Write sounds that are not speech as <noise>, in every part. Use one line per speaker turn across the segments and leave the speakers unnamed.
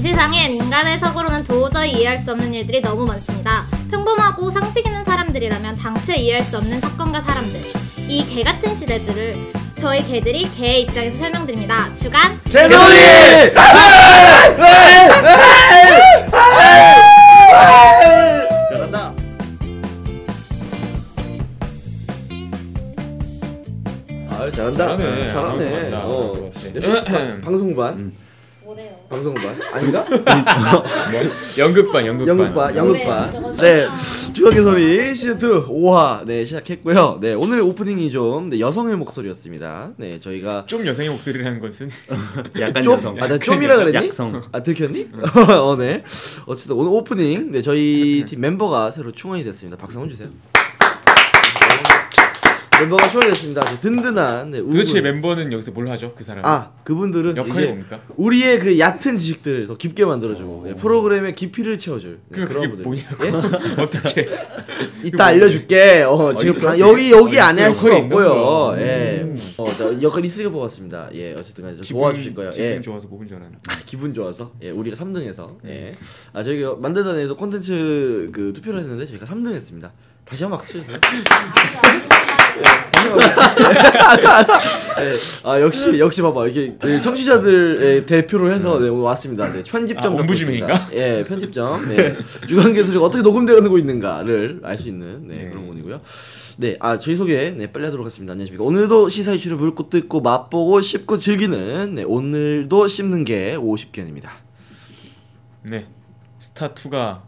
세상엔 인간의 해석으로는 도저히 이해할 수 없는 일들이 너무 많습니다. 평범하고 상식 있는 사람들이라면 당최 이해할 수 없는 사건과 사람들. 이 개 같은 시대들을 저희 개들이 개의 입장에서 설명드립니다. 주간
아, 개소리! 잘한다. 아유 잘한다.
잘하네. 아유,
잘하네.
잘한다.
어. 음.
잘한다.
방송반.
뭐래요?
<laughs> 방송반 아닌가?
연극반 연극반
영국반,
뭐
그래,
영국반.
저거
네,
좋다.
주각의 소리 시즌 2 5화 네 시작했고요. 네 오늘 오프닝이 좀 네, 여성의 목소리였습니다. 네 저희가
좀 여성의 목소리라는 것은
아,
약간
좀?
여성.
아, 나 좀이라 그랬니?
약성.
아 들켰니? <laughs> 어, 네. 어쨌든 오늘 오프닝 네 저희 팀 멤버가 새로 충원이 됐습니다. 박수 한번 주세요. 네. 멤버가 충원됐습니다. 아주 든든한 네,
도대체
우군.
멤버는 여기서 뭘 하죠 그 사람?
아 그분들은
역할이
이제
뭡니까?
우리의 그 얕은 지식들을 더 깊게 만들어주고
오.
네, 프로그램의 깊이를 채워줄 네,
그 그게
분들.
뭐냐고
예?
<laughs> <laughs> 어떻게?
이따 알려줄게. 어, 지금
있어?
방- 여기 여기
어,
안에
있어?
할 수가
역할이 있는
없고요.
거야. 음.
예. 어, 저 역할 있으게 뽑았습니다. 예, 어쨌든 간에 좀 <laughs> 도와주실 거예요.
기분
예.
좋아서 먹은 줄 알았는데.
기분 좋아서. 예, 우리가 3등해서. 예. 아, 저희가 만들다 내에서 콘텐츠 그 투표를 했는데 저희가 3등 했습니다. 다시 한번 박수 주세요. <laughs> 다시 한번 박수 주세요. 예. 아, 역시 역시 봐봐. 이게 그 청취자들의 대표로 해서 네, 오늘 왔습니다. 네, 편집점
아,
갖고
ombudsman인가?
있습니다. 예, 편집점. 네. 주간 개소리가 어떻게 녹음되고 있는가를 알 수 있는 네,
네.
그런 분이고요. 네, 아 저희 소개 네 빨리 하도록 하겠습니다. 안녕하십니까. 오늘도 시사 이슈를 물고 뜯고 맛보고 씹고 즐기는 네 오늘도 씹는 게 50견입니다.
네 스타 2가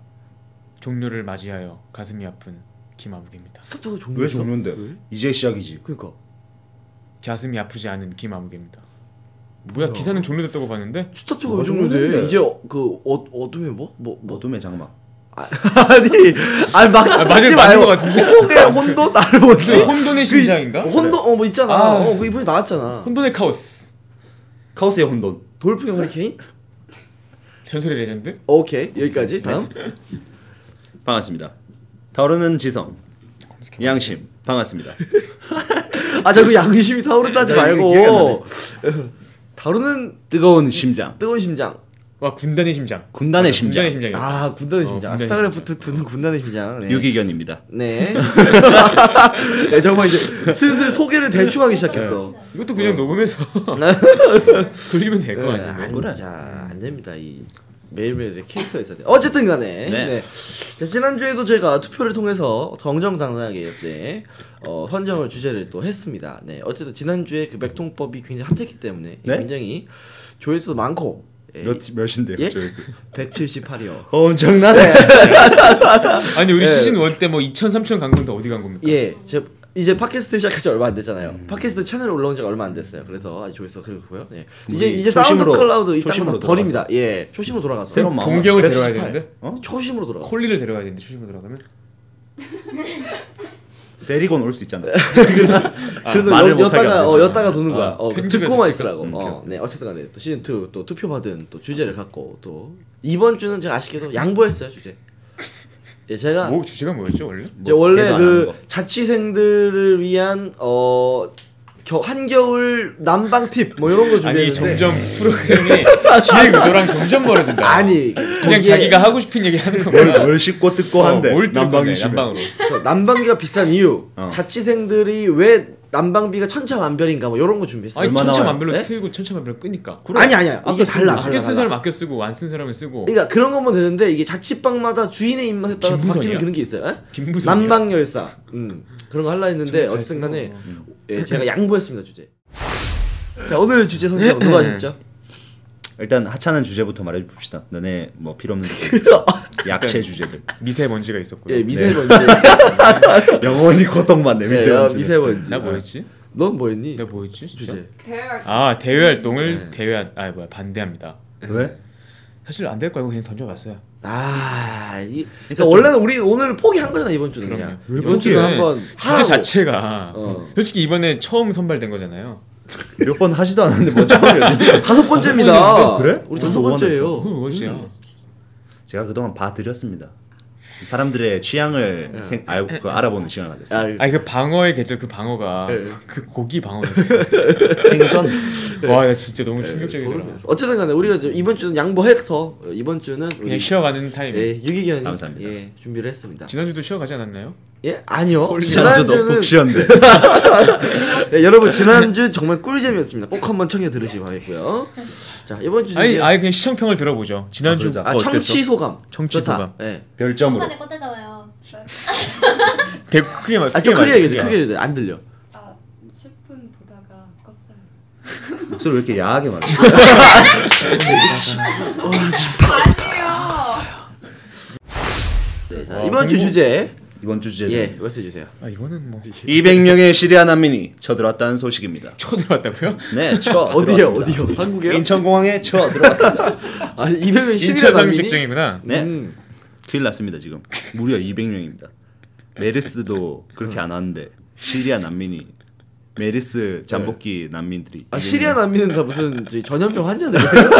종료를 맞이하여 가슴이 아픈 김아무개입니다.
스타트가 종료.
왜 종료인데? 이제 시작이지.
그러니까
가슴이 아프지 않은 김아무개입니다.
어.
뭐야 기사는
<laughs>
종료됐다고 봤는데?
스타트가
뭐가
왜 종료돼?
종료인데?
이제 어, 그 어, 어둠의 뭐? 뭐 뭐?
어둠의 장막.
<laughs> 아니, 아니 막
아, 맞을 맞는 것 같은데.
혼돈의
<laughs>
혼돈 나를 뭐지?
혼돈의 심장인가?
그, 혼돈 어뭐 있잖아.
아.
어, 그 이번에 나왔잖아.
혼돈의 카오스
카오스의 혼돈.
돌풍의 허리케인?
전설의 레전드
오케이
네.
여기까지 다음.
반갑습니다. 타오르는 지성. 양심. <laughs> 반갑습니다.
아 자꾸 양심이 타오른다지
나 네, 이거
말고 <laughs> 다루는
뜨거운 심장.
뜨거운 심장.
와 군단의 심장 군단의
군단의 심장.
심장이 아,
아 군단의
어,
심장.
군단의
스타크래프트 2는 군단의 심장. 네.
유기견입니다.
<laughs>
네. <laughs> 네, 정말 이제 슬슬 소개를 대충하기
네.
시작했어.
이것도
<laughs>
그냥 녹음해서 돌리면 될 것
네,
같은데
안,
그래.
자, 안 됩니다. 이 매일매일 이렇게 캐릭터가 있어야 돼. 어쨌든 간에.
네.
네. 자, 지난주에도 제가 투표를 통해서 정정당당하게 이제 어, 선정을 주제를 또 했습니다. 네. 어쨌든 지난주에 그 맥통법이 굉장히 핫했기 때문에
네?
굉장히 조회수도 많고 예,
몇 몇인데요?
예?
조회수.
178이요.
어, <laughs> 엄청나네.
아니 우리
예.
시즌 1 때 뭐 2천 3천 간 건데 어디 간 겁니까?
예, 제 이제 팟캐스트 시작한 지 얼마 안 됐잖아요.
음.
팟캐스트 채널 올라온 지가 얼마 안 됐어요. 그래서 아직 조회수 그렇고요. 예. 이제
우리
이제 사운드
초심으로-
클라우드 이딴 거다
초심으로
버립니다. 예, 초심으로 돌아가서
새로운 마음.
동경을 데려와야
178.
되는데
어?
초심으로 돌아. 가
콜리를 데려가야 되는데 출신으로 들어가면
데리고 올 수 <laughs> 있잖아. 아,
그래서
말을
여,
못하게
여다가
하는
어,
거지.
여다가 도는 거야.
아,
어,
편집해서
듣고만
찍어?
있으라고.
음,
어,
오케이.
네, 어쨌든간에 또 시즌 2또 투표 받은 또 주제를 갖고 또 이번 주는 제가 아쉽게도 양보했어요 주제. 예, 제가
뭐 주제가 뭐였죠 원래?
이제 원래
걔도 안
그
하는 거.
자취생들을 위한 어 겨, 한겨울 난방 팁 뭐 이런 거 준비했는데
<laughs> 아니 점점 프로그램이 기획 의도랑 점점 멀어진다
아니
그냥
거기에
자기가 하고 싶은 얘기 하는
뭘,
거야
어, 뭘 씹고 뜯고 한데.
뭘 들은 건데,
난방이 심해.
난방으로
그래서 난방비가 비싼 이유
어.
자취생들이 왜 난방비가 천차만별인가 뭐 이런 거 준비했어요
아니
얼마나
천차만별로
네?
틀고 천차만별로 끄니까
아니 아니야
아까
이게 달라
아껴
달라
쓴 사람
달라
아껴 쓰고 안 쓴 사람은 쓰고
그러니까 그런 거면 되는데 이게 자취방마다 주인의 입맛에 따라
김무선이야?
바뀌는 그런 게 있어요 에?
김무성이야.
난방 열사 음. 그런 거 하려 했는데
정말
어쨌든 간에
잘
예, 제가 양보했습니다 주제 자 오늘 주제
네.
선택 누가 하셨죠?
일단 하찮은 주제부터 말해 봅시다. 너네 뭐 필요 없는 <laughs> 주제. 약체 주제들.
네. <laughs> 미세먼지가 있었고요
예 미세먼지
영원히 고통받네.
네, 야,
미세먼지.
미세먼지
나 뭐였지?
넌 뭐였니?
내가 뭐였지? 진짜?
예. 주제
대열
아 대외 활동을
네.
대외 안- 아 뭐야 반대합니다.
왜?
사실 안 될 거 알고 그냥 던져봤어요.
아, 이, 그러니까 원래는 우리 오늘 포기한 거잖아 이번 주는
그럼요.
그냥
왜
이번 주는
이번에
한번
주제 자체가
어. <laughs>
솔직히 이번에 처음 선발된 거잖아요.
몇 번 하지도 않았는데 뭐 <laughs> 처음이야.
다섯 번째입니다.
아,
그래?
우리
어,
다섯
너무
번째예요.
그거 뭐지?
제가 그동안 봐드렸습니다. 사람들의 취향을 생, 알, 그 알아보는 시간을 가졌습니다.
아,
아니 그 방어의 계절 그 방어가
예.
그 고기 방어.
<laughs>
생선
와나 진짜 너무
네,
충격적이더라.
충격적이더라. 어쨌든 간에 우리가 이제 이번 주는 양보해서 어, 이번 주는 우리
그냥 쉬어가는 타임.
예, 유기견
감사합니다.
예, 준비를 했습니다.
지난주도 쉬어가지 않았나요?
예? 아니요.
지난주
지난주는 <laughs>
너무 쉬었는데
예, 여러분 지난주 정말 꿀잼이었습니다. 꼭 한번 청해 들으시기 바라겠고요. 자, 이번 주
아니
중에-
아예 그냥 시청평을 들어보죠. 지난주
아, 그러자.
아,
거
청취
어땠어?
소감.
청취
좋다.
소감.
예.
별점으로
초반에 껐대잖아요.
대, 크게 말.
아, 좀 크게 얘기해.
말-
크게 얘기해. 안 들려.
아 10분 보다가 껐어요.
목소리 왜 이렇게 야하게 말해?
아니에요.
네, 자,
와,
이번 주
공부-
주제.
이번 주 주제는
예, 말씀해 주세요.
아 이거는
네.
뭐
200명의 시리아 난민이 쳐들어왔다는 소식입니다.
쳐들어왔다고요?
<laughs>
네,
아,
<laughs> 쳐
어디요? 어디요? 한국에요?
인천공항에 쳐 들어왔습니다. <laughs>
아, 200명
인천
신이라
상륙
남이니?
직전이구나.
네,
음.
큰일 났습니다 지금. 무려 200명입니다. 메르스도 그렇게 안 왔는데 시리아 난민이 메르스 잠복기 난민들이
네,
아, 시리아 난민은 다 무슨 저기 전염병
<laughs>
환자들이에요?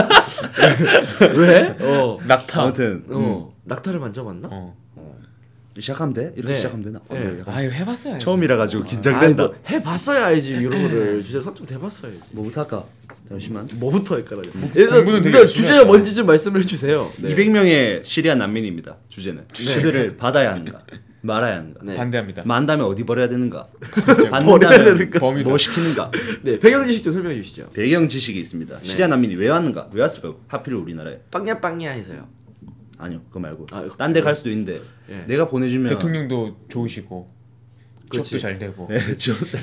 왜? 어.
낙타.
아무튼
어. 낙타를 만져봤나?
음. 어.
음. 시작하면 돼? 이렇게
네.
시작하면 되나? 어,
네.
약간
아 이거 해봤어요.
처음이라 가지고 긴장된다.
아, 뭐 해봤어야 알지 이런 거를 <laughs> 주제 선정돼 봤어야지.
뭐부터 할까? 잠시만.
뭐부터 할까요? 일단
공부는 되게 네.
일단
열심히
주제가
하셨다.
뭔지 좀 말씀을 해주세요.
200명의 시리아 난민입니다. 주제는 그들을 받아야 하는가, 말아야 하는가.
네.
반대합니다.
만다면 어디 버려야 되는가?
버려야
받는다면
되는가?
뭐 시키는가?
네 배경 지식 좀 설명해 주시죠.
배경 지식이 있습니다. 시리아 난민이 왜 왔는가? 왜 왔을까? 요 하필 우리나라에?
빵야 빵야 해서요.
아니요, 그거 말고
아, 이거-
딴 데 갈 수도 있는데
예.
내가 보내주면
대통령도 좋으시고
그렇지.
취업도 잘 되고
<laughs> 네, 지원 잘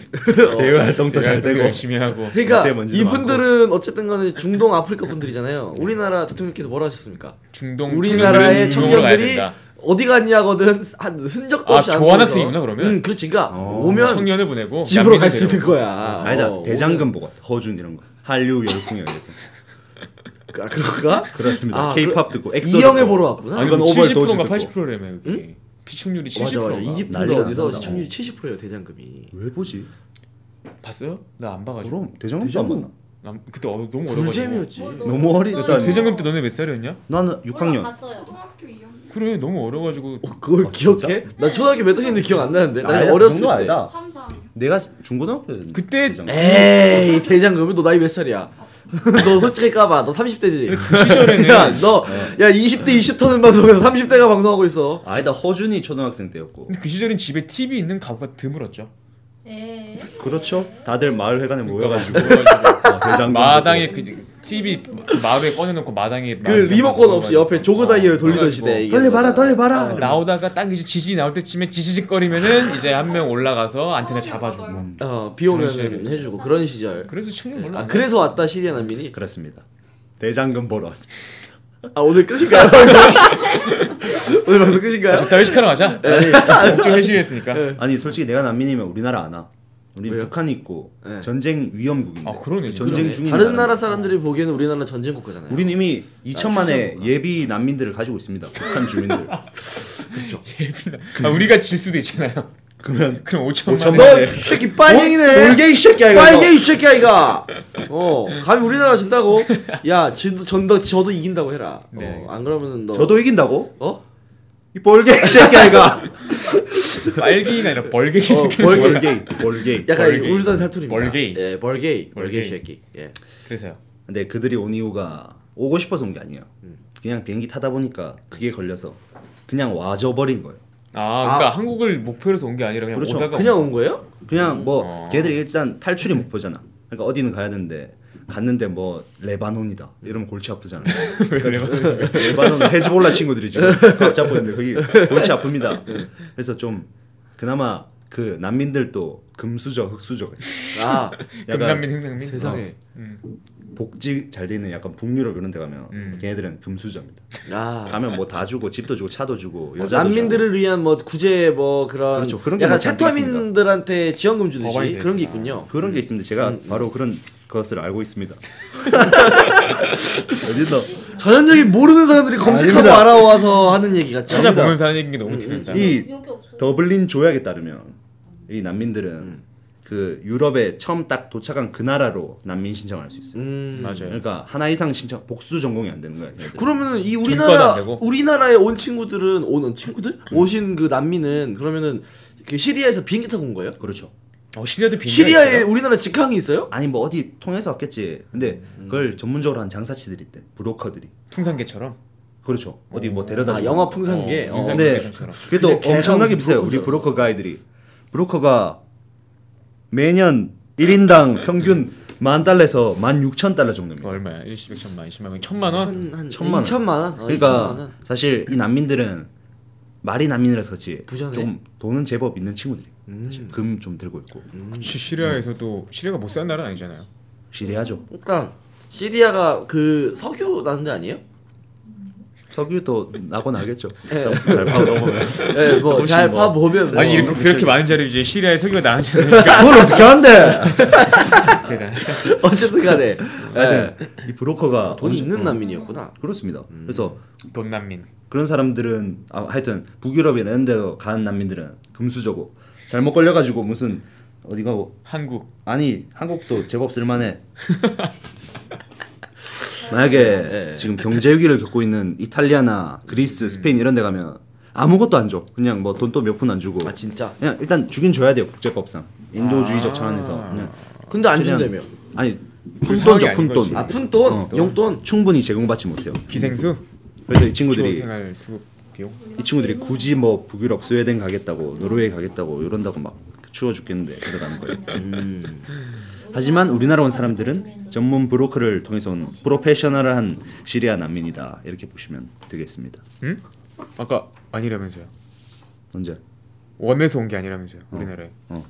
대외 활동도 잘
대학도
되고
열심히 하고
그러니까
자세히 뭔지도
이분들은 어쨌든간에 중동 아프리카 분들이잖아요. 우리나라 대통령께서 뭐라 하셨습니까?
중동 뭐
우리나라의
청년들은 중동으로 가야
청년들이
된다.
어디 갔냐거든 한 흔적도
아,
없이 안
교환
보여서.
학생이구나, 그러면?
음 그렇지. 그러니까
어,
오면
청년을 보내고
집으로 갈 수
양민을
있는
데리고.
거야.
아니다
어,
대장금 보고 왔다. 허준 이런 거 한류 열풍에 의해서
오면- 아 그런가?
그렇습니다.
아,
K-pop
그-
듣고 엑소
이영애
듣고.
보러 왔구나.
아,
아니 뭐
이건
이건
오버도즈
70%인가
듣고.
80%라며 여기 피축률이
맞아 맞아.
70%가
이집트도
난리가
어디서
난다.
시청률이 70%예요 대장금이.
왜 보지?
봤어요? 나 안 봐가지고
그럼 대장금도 안
대장금.
만나.
난 그때 어, 너무 어려가지고
꿀잼이었지.
너무 어리- 일단
대장금 때 너네 몇 살이었냐?
나는 6학년.
봤어요.
초등학교 2학년.
그래 너무 어려가지고
어, 그걸
아,
기억해?
진짜?
나 초등학교 몇 학년인데 기억 안 나는데 나
아니야,
어렸을 때
그런 거 아니다.
3, 4학년.
내가 중고등학교
그때
에이 대장금이 너 나이 몇 살이야? <laughs> 너 솔직히 까봐 너 30대지? <laughs>
그 시절에는 어.
야너야 20대 20터는 방송에서 30대가 방송하고 있어
아니다 허준이 초등학생 때였고
근데 그 시절엔 집에 TV 있는 가구가 드물었죠
예.
그렇죠 다들 마을 회관에
그러니까
<laughs>
모여가지고
모여가지고
어, 대장금
마당에 그 TV 마루에 꺼내놓고 마당에
그 리모컨 없이 옆에 조그다이를 돌리던
어, 그래가지고
시대
떨리 봐라 떨리 봐라
아,
보고. 나오다가 딱 이제 지진이 나올 때쯤에 지지직거리면은 이제 한 명 올라가서 안테나 잡아주고
맞아요.
어비
그런
오면
시절.
해주고 그런 시절
그래서 청년 몰라
아 그래서 왔다 시리아 난민이
그렇습니다 대장금 보러 왔습니다
아 오늘 끝인가요? <laughs> 오늘 방송 끝인가요?
이따 회식하러 아, 가자
네.
목적 회식했으니까
아니 솔직히 내가 난민이면 우리나라 안와 우리
왜요?
북한이 있고
네.
전쟁 위험국인데
아, 그러네,
전쟁
그러네.
중인
다른
나라인데.
나라 사람들이 보기에는 우리나라 전쟁 국가잖아요
우린 이미 2천만의
추정인가?
예비 난민들을 가지고 있습니다 북한
<laughs>
주민들
예비나 아, 우리가 질 수도 있잖아요
그러면
<laughs> 그럼
5천만
5천만 원
너이 뭐 새끼 빨갱이네
어? 놀게 이 새끼야 이거
빨개 이 새끼야 이가. 어 감히 우리나라
<laughs>
진다고? 야 진도 전도 저도 이긴다고 해라.
네,
어, 안 그러면은 너
저도 이긴다고?
어?
이 볼게 이 새끼야 이거
<laughs>
빨갱이가 아니라 벌갱이
어,
새끼
벌-
볼게 볼게
약간
벌게이.
울산 사투리입니다.
벌게이.
예 벌게이 벌게이
벌게이.
새끼. 예.
그래서요
근데 그들이 온 이유가 오고 싶어서 온 게 아니에요.
음.
그냥 비행기 타다 보니까 그게 걸려서 그냥 와져 버린 거예요.
아 그러니까 한국을 목표로 해서 온 게 아니라 그냥
그렇죠.
오다가
그냥 온
<laughs>
거예요?
그냥 뭐
음.
어.
걔들이 일단 탈출이 목표잖아. 그러니까 어디는 가야 되는데 갔는데 뭐 레바논이다. 이러면
<laughs>
골치 아프잖아.
그렇죠.
레바논 헤즈볼라 친구들이 지금 꽉 잡고 있는데 거기 골치 아픕니다. 그래서 좀 그나마 그 난민들도 금수저 흑수저가 있어요.
아 어.
금남민 흥남민
세상에.
음.
복지 잘 돼 있는 약간 북유럽 이런 데 가면
음.
걔네들은 금수저입니다.
아
가면 뭐 다 주고 집도 주고 차도 주고
어,
여자도 주고.
난민들을 위한 뭐 구제 뭐 그런
그렇죠. 그런 게
약간
많지
세터민들한테 지원금
법안이
주듯이
돼
그런 게
있구나.
있군요.
그런 게 있습니다.
음,
제가 바로 그런 것을 알고 있습니다. <laughs> 어디서
전형적인 모르는 사람들이 검색하고
아닙니다.
알아와서 하는 얘기 같죠. 음,
찾아보면서 하는 얘기 너무 재밌다
이
여기 없어요.
음.
더블린 조약에 따르면 이 난민들은 그 유럽에 처음 딱 도착한 그 나라로 난민 신청할 수 있어요.
음.
맞아요.
그러니까 하나 이상 신청 복수 전공이 안 되는 거야. 얘네들은.
그러면 이
전과도 안
우리나라
되고?
우리나라에 온 친구들은 오는 친구들 오신 그 난민은 그러면은 그 시리아에서 비행기 타고 온 거예요?
그렇죠.
어 시리아도 비행기
시리아에 우리나라 직항이 있어요?
아니 뭐 어디 통해서 왔겠지. 근데
음.
그걸 전문적으로 한 장사치들이 있대. 브로커들이.
풍산개처럼.
그렇죠. 어디 뭐 데려다
아,
주는
영화
거.
풍산개. 어,
어, 풍산개.
근데
사람처럼.
그게 또
근데 걔가
엄청나게
무슨
비싸요. 우리
브로커인 줄
브로커 가이들이 브로커가 매년
네.
1인당 평균 만 달러에서 만 6천 달러
그거
어,
정도입니다.
얼마야? 1, 10, 100, 1000만, 10만 원, 1000만 원?
천- 한
천만 원.
2천만 원. 어,
그러니까
2천만 원.
사실 이 난민들은 말이 난민이라서 그렇지
부자네.
좀 돈은 제법 있는 친구들이
음.
금 좀 들고 있고
그치 시리아에서도 시리아가 못 사는 나라는 아니잖아요.
시리아죠.
그러니까 시리아가 그 석유 나는 데 아니에요?
석유도
<laughs>
나고 나겠죠.
예.
잘 파고 넘어면.
예, 뭐
조금씩
잘
뭐.
봐보면 뭐.
아니 이렇게 네. 어, 그렇게 많은 자리 이제 시리아에 석유가 나는 자리니까
뭘
<laughs>
어떻게 한대?
네.
대단.
뭐 어쨌든
<laughs>
간에 예.
이 브로커가
돈이
엄청- 어,
있는 음. 난민이었구나.
그렇습니다. 그래서
<laughs> 돈 난민.
그런 사람들은 아, 하여튼 북유럽 이런 데로 가는 난민들은 금수저고 잘못 걸려가지고 무슨 어디가 뭐,
한국.
아니 한국도 제법 쓸만해 만약에
네.
지금 경제 위기를 겪고 있는 이탈리아나 그리스 스페인 이런 데 가면 아무것도 안 줘 그냥 뭐 돈 또 몇 푼 안 주고
아 진짜.
그냥 일단 주긴 줘야 돼요 국제법상 인도주의적
아.
차원에서 그냥
근데 안
최대한-
준다며.
아니
그
푼돈죠
상황이 아닌
푼돈
거지.
아,
아픈 돈,
어.
용돈.
충분히 제공받지 못해요
기생수.
그래서 이 친구들이
생활 수급 비용.
이 친구들이 굳이 뭐 북유럽 스웨덴 가겠다고 노르웨이 가겠다고 이런다고 막 추워 죽겠는데 들어가는 거예요.
음.
하지만 우리나라 온 사람들은 전문 브로커를 통해서 온 프로페셔널한 시리아 난민이다 이렇게 보시면 되겠습니다.
응? 아까 아니라면서요.
언제?
원에서 온 게 아니라면서요. 우리나라에.
어.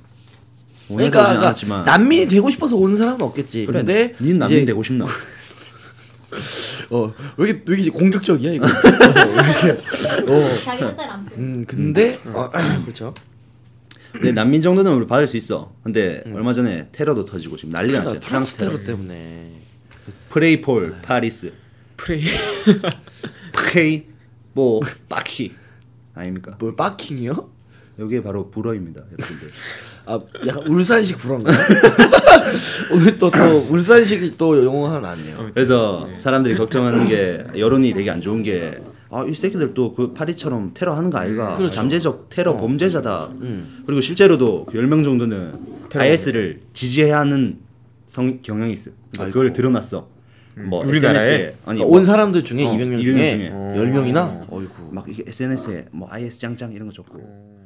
원해서
그러니까,
오진
그러니까
않았지만
난민이 되고 싶어서 오는 사람은 없겠지.
그래,
근데
닌 난민 되고 싶나?
어왜 이렇게 왜 이렇게 공격적이야 이거. 어, 이렇게. 어.
자기 뜻대로 안 풀.
<laughs> 음 근데 어, <clears throat> 그렇죠.
근데 난민 정도는 우리 받을 수 있어. 근데 얼마 전에 테러도 터지고 지금 난리가 났잖아.
음. 그러니까 프랑스
프랑스 테러.
테러 네. 때문에.
프레이폴 파리스
프레이.
프레이 뭐
<laughs>
바키 아닙니까?
뭘 바킹이요?
여기에 바로 불어입니다, 여러분들.
아 약간 울산식 불어인가? <laughs> 오늘 또 또 울산식이 또 영어 하나 나왔네요.
그래서 사람들이 걱정하는 게 여론이 되게 안 좋은 게 아, 이 새끼들 또 그 파리처럼 테러 하는 거 아이가
그렇죠.
잠재적 테러 범죄자다.
음.
그리고 실제로도 10명 정도는
테러
IS를 지지해야 하는 성 경향이 있어. 그러니까 그걸 드러났어. 뭐
우리나라에?
SNS에 아니
그러니까
뭐
음. 온 사람들 중에
어,
200명
200
중에,
중에.
10명이나 어이구.
막 이게 SNS에 뭐 IS 짱짱 이런 거
음.
적고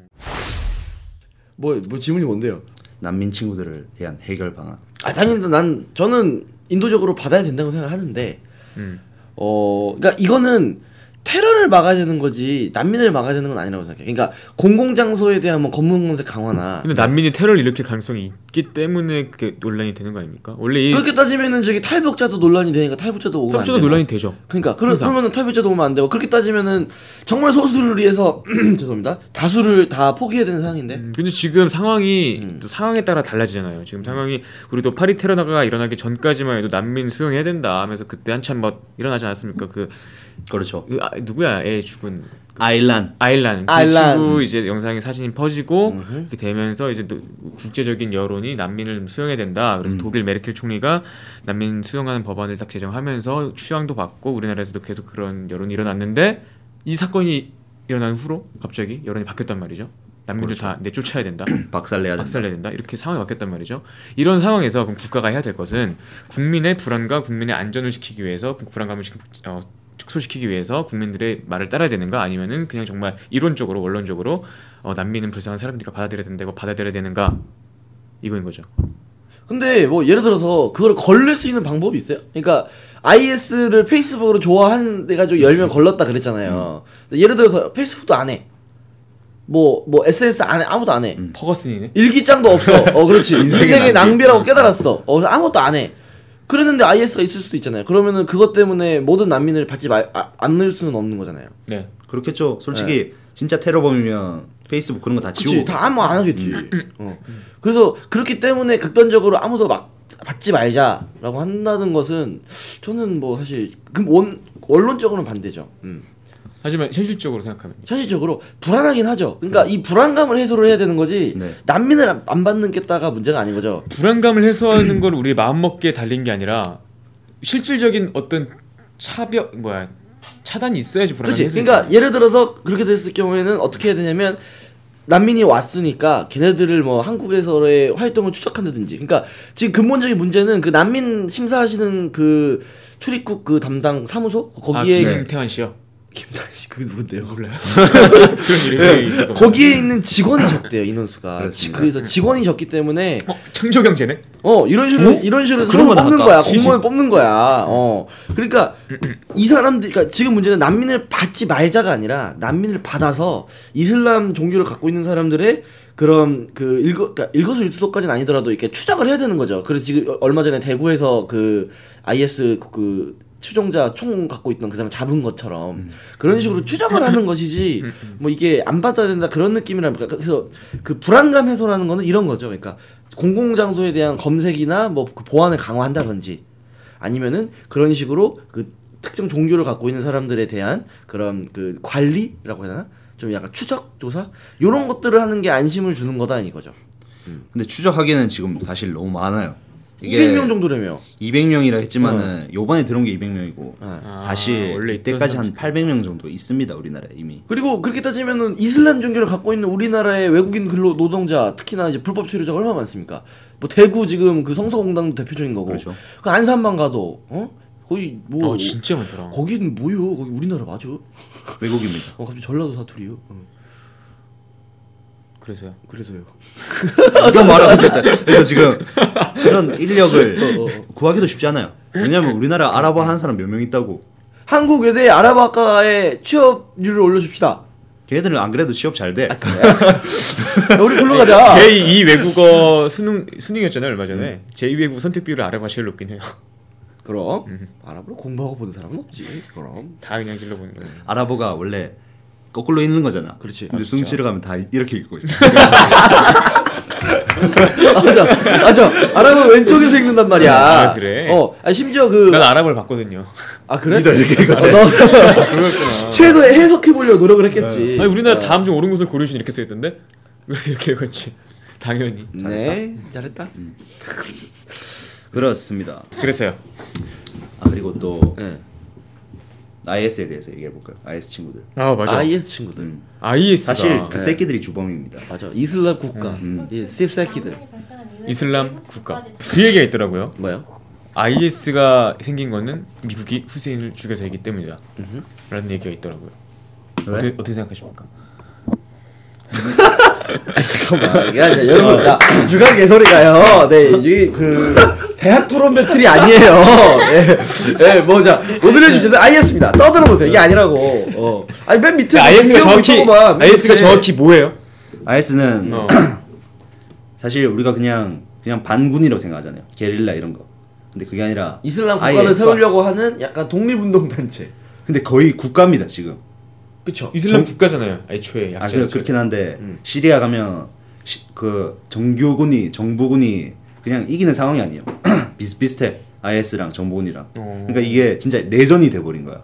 뭐뭐 질문이 뭔데요?
난민 친구들을 대한 해결 방안.
아 당연히 난 저는 인도적으로 받아야 된다고 생각하는데
음.
어 그러니까 이거는 테러를 막아야 되는 거지 난민을 막아야 되는 건 아니라고 생각해. 그러니까 공공 장소에 대한 뭐 검문 검색 강화나
근데 난민이 테러를 일으킬 가능성이 있기 때문에 그게 논란이 되는 거 아닙니까? 원래 이
그렇게 따지면은 저기 탈북자도 논란이 되니까 탈북자도 오면 안
탑재도
되고.
논란이 되죠.
그러니까 그러,
항상.
그러면은 탈북자도 오면 안 되고 그렇게 따지면은 정말 소수를 위해서 <clears throat> 죄송합니다 다수를 다 포기해야 되는 상황인데
음, 근데 지금 상황이
음.
또 상황에 따라 달라지잖아요. 지금 상황이 우리도 파리 테러가 일어나기 전까지만 해도 난민 수용해야 된다 하면서 그때 한참 막 일어나지 않았습니까? 그,
그렇죠.
그 아, 누구야? 애 죽은
아일란
아일란 그
아일란.
친구 이제 영상이 사진이 퍼지고
음흠.
이렇게 되면서 이제 또 국제적인 여론이 난민을 수용해야 된다. 그래서 독일 메르켈 총리가 난민 수용하는 법안을 딱 제정하면서 추앙도 받고 우리나라에서도 계속 그런 여론이 일어났는데 이 사건이 일어난 후로 갑자기 여론이 바뀌었단 말이죠. 난민들 다 내쫓아야 된다.
박살내야 된다.
박살내야 된다 이렇게 상황이 바뀌었단 말이죠 이런 상황에서 그럼 국가가 해야 될 것은 국민의 불안과 국민의 안전을 지키기 위해서 그 불안감을 시- 어, 축소시키기 위해서 국민들의 말을 따라야 되는가 아니면은 그냥 정말 이론적으로 원론적으로 어, 난민은 불쌍한 사람들이니까 받아들여야 된다고 받아들여야 되는가 이거인 거죠
근데 뭐 예를 들어서 그걸 걸릴 수 있는 방법이 있어요? 그러니까 IS를 페이스북으로 좋아하는 데 가지고 열명
음.
걸렀다 그랬잖아요. 근데 예를 들어서 페이스북도 안 해. 뭐, 뭐, SNS 안 해. 아무도 안 해.
퍼거슨이네
일기장도 없어. 어, 그렇지.
음. <laughs> 인생의
인생의
낭비. 음.
낭비라고 깨달았어. 어, 그래서 아무것도 안 해. 그랬는데 IS가 있을 수도 있잖아요. 그러면은 그것 때문에 모든 난민을 받지 말, 아, 않을 수는 없는 거잖아요.
네
음.
그렇겠죠. 솔직히 진짜 테러범이면 페이스북 그런 거
네.
다
그치.
지우고 음.
다 아무 안 하겠지. 어. 그래서 그렇기 때문에 극단적으로 아무도 막 받지 말자라고 그 한다는 것은 저는 뭐 사실 그원 원론적으로는 반대죠. 음.
하지만 현실적으로 생각하면
현실적으로 불안하긴 하죠. 그러니까 이 불안감을 해소를 해야 되는 거지
음. 네.
난민을 안- 안 받는겠다가 문제가 아닌 거죠.
불안감을 해소하는 걸 우리 마음 먹기에 달린 게 아니라 실질적인 어떤 차벽 뭐야 차단이 있어야지 불안감
그치?
해소.
그러니까 예를 들어서 그렇게 됐을 경우에는 어떻게 해야 되냐면 난민이 왔으니까 걔네들을 뭐 한국에서의 활동을 추적한다든지. 그러니까 지금 근본적인 문제는 그 난민 심사하시는 그 출입국 그 담당 사무소 거기에
아, 김태환 씨요.
김다희 <laughs> 씨그 누군데요? 몰라요.
그런 일이 네. 있을 겁니다.
거기에 있는 직원이 적대요 인원수가. 지-
그렇습니다.
그래서 직원이 적기 때문에
어, 창조경제네.
어 이런 식으로 이런 식으로 그런
그런 건
뽑는
아까
거야
지식.
공무원 뽑는 거야 어 그러니까 이 사람들 그러니까 지금 문제는 난민을 받지 말자가 아니라 난민을 받아서 이슬람 종교를 갖고 있는 사람들의 그런 그 일거 그러니까 일거수일투족까지는 아니더라도 이렇게 추적을 해야 되는 거죠 그래서 지금 얼마 전에 대구에서 그 IS 그 추종자 총 갖고 있던 그 사람 잡은 것처럼 그런 식으로 추적을 하는 것이지 뭐 이게 안 받아야 된다 그런 느낌이라니까 그래서 그 불안감 해소라는 거는 이런 거죠 그러니까 공공장소에 대한 검색이나 뭐 그 보안을 강화한다든지 아니면은 그런 식으로 그 특정 종교를 갖고 있는 사람들에 대한 그런 그 관리라고 해야 되나 좀 약간 추적 조사
네.
이런 것들을 하는 게 안심을 주는 거다 이거죠
근데 추적하기는 지금 사실 너무 많아요.
200명 정도라며요
200명이라 했지만은 요번에 들어온 게 200명이고
네.
사실
아, 원래 있던
이때까지 한
사람들.
800명 정도 있습니다 우리나라에 이미.
그리고 그렇게 따지면은 이슬람 종교를 갖고 있는 우리나라의 외국인 근로 노동자 특히나 이제 불법 체류자가 얼마나 많습니까? 뭐 대구 지금 그 성서공당도 대표적인 거고
그렇죠. 아,
그 안산만 가도 어 거의 뭐
어, 진짜 많더라.
거기는 뭐요? 거기 우리나라 맞아? 어
외국입니다.
갑자기 전라도 사투리요? 어,
그래서요.
그래서요.
이건 말하고 있었다. 그래서 지금 그런 인력을
어, 어,
구하기도 쉽지 않아요. 왜냐면 우리나라 아랍어 하는 사람 몇 명 있다고.
한국 외대 아랍학과의 취업률을 올려줍시다.
걔네들은 안 그래도 취업 잘
아,
돼.
야, 우리 글로 가자.
<laughs>
아. 네.
제2 외국어 수능 수능이었잖아요 얼마 전에 제2 외국어 선택 비율을 아랍가 제일 높긴 해요.
그럼
음.
아랍어를 공부하고 보는 사람은 없지. 그럼 <laughs>
<laughs> 다 그냥 길러 보는 거예요.
아랍어가 원래 거꾸로 읽는 거잖아.
그렇지.
근데
아,
수능 치러 가면 다 이렇게 읽고
<laughs>
있어.
아, 맞아, 맞아. 아랍어 왼쪽에서 읽는단 말이야.
아, 그래?
어, 아, 심지어 그
난 아랍어를 봤거든요.
아 그래?
리더 이렇게 읽었지.
아,
<laughs>
너- <laughs> 최대의 해석해 보려고 노력을 했겠지.
예.
네.
어.
아니 우리나라
어.
다음 중 오른 곳을 고르신 이렇게 써 있던데 <laughs> 왜 이렇게 읽었지? 당연히.
음.
네, 잘했다.
음.
그렇습니다.
그래서요.
아 그리고 또
네.
IS에 대해서 얘기해 볼까요? IS 친구들.
아 맞아. 아,
IS 친구들.
음.
IS가
사실
네.
그 새끼들이 주범입니다.
맞아. 이슬람 국가.
음.
이 씹새끼들.
이슬람 국가 그 얘기가 있더라고요.
뭐요?
IS가 생긴 거는 미국이 후세인을 죽여서 했기 때문이다. 라는 얘기가 있더라고요.
왜?
어떻게, 어떻게 생각하십니까?
잠깐만. 아, 야, 야,
어.
여러분, 야, 유감 개소리가요. 네, 이게 그 대학 토론 배틀이 아니에요. 예, 예, 뭐자 오늘의
네.
주제는 IS입니다. 떠들어보세요. 이게 아니라고. 어, 아니 맨 밑에
IS가
비교하고
정확히
있다고만, 네. 음. 맨
IS가
밑에.
정확히 뭐예요?
IS는
어. <coughs>
사실 우리가 그냥 그냥 반군이라고 생각하잖아요. 게릴라 이런 거. 근데 그게 아니라
이슬람
아예
국가를
국가.
세우려고 하는 약간 독립운동 단체.
근데 거의 국가입니다 지금.
그렇죠.
이슬람 국가잖아요. 애초에
아
약자.
그, 그렇긴 한데
음.
시리아 가면 시, 그 정규군이 정부군이 그냥 이기는 상황이 아니에요. <clears throat> 비슷비슷해 IS랑 정부군이랑.
어.
그러니까 이게 진짜 내전이 돼버린 거야.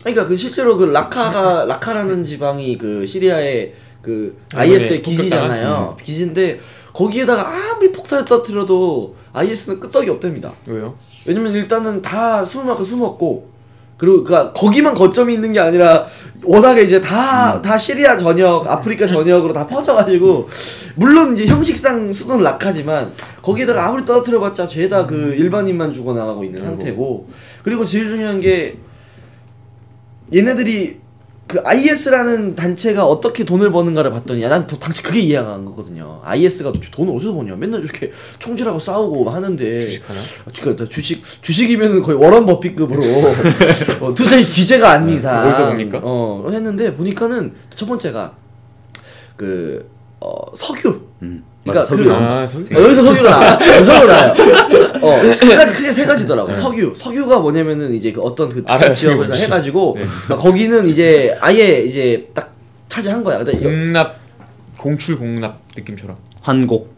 그러니까 그 실제로 그 라카가 라카라는 지방이 그 시리아의 그
아,
IS의
네.
기지잖아요. 기지인데 거기에다가 아무리 폭탄을 떨어뜨려도 IS는 끄떡이 없답니다.
왜요?
왜냐면 일단은 다 숨을 만큼 숨었고 그리고 그니까 거기만 거점이 있는 게 아니라 워낙에 이제 다 다 시리아 전역, 아프리카 전역으로 다 퍼져가지고 물론 이제 형식상 수도는 락하지만 거기에다가 아무리 떨어뜨려봤자 죄다 그 일반인만 죽어나가고 있는 상태고 그리고 제일 중요한 게 얘네들이 그 IS라는 단체가 어떻게 돈을 버는가를 봤더니 난 도- 당시 그게 이해가 안 가거든요. IS가 도대체 돈을 어디서 버냐? 맨날 이렇게 총질하고 싸우고 막 하는데
주식하나?
아, 그러니까 나 주식 주식이면 거의 워런
<laughs>
버핏급으로 어, 투자의 규제가 아닌 이상
네, 어디서 봅니까?
어 했는데 보니까는 첫 번째가 그 어, 석유
음.
그러니까
맞아,
그-
석유.
아, 성...
어, 여기서 석유가 나와. 여기서 나와요. 어, 세 가지, 크게 세 가지더라고. 석유. 석유가 뭐냐면은 이제 그 어떤 그
네. 알아요,
지역을
지금.
해가지고
네.
그러니까 거기는 이제 아예 이제 딱 차지한 거야. 근데 역-
공납 공출 공납 느낌처럼.
환곡.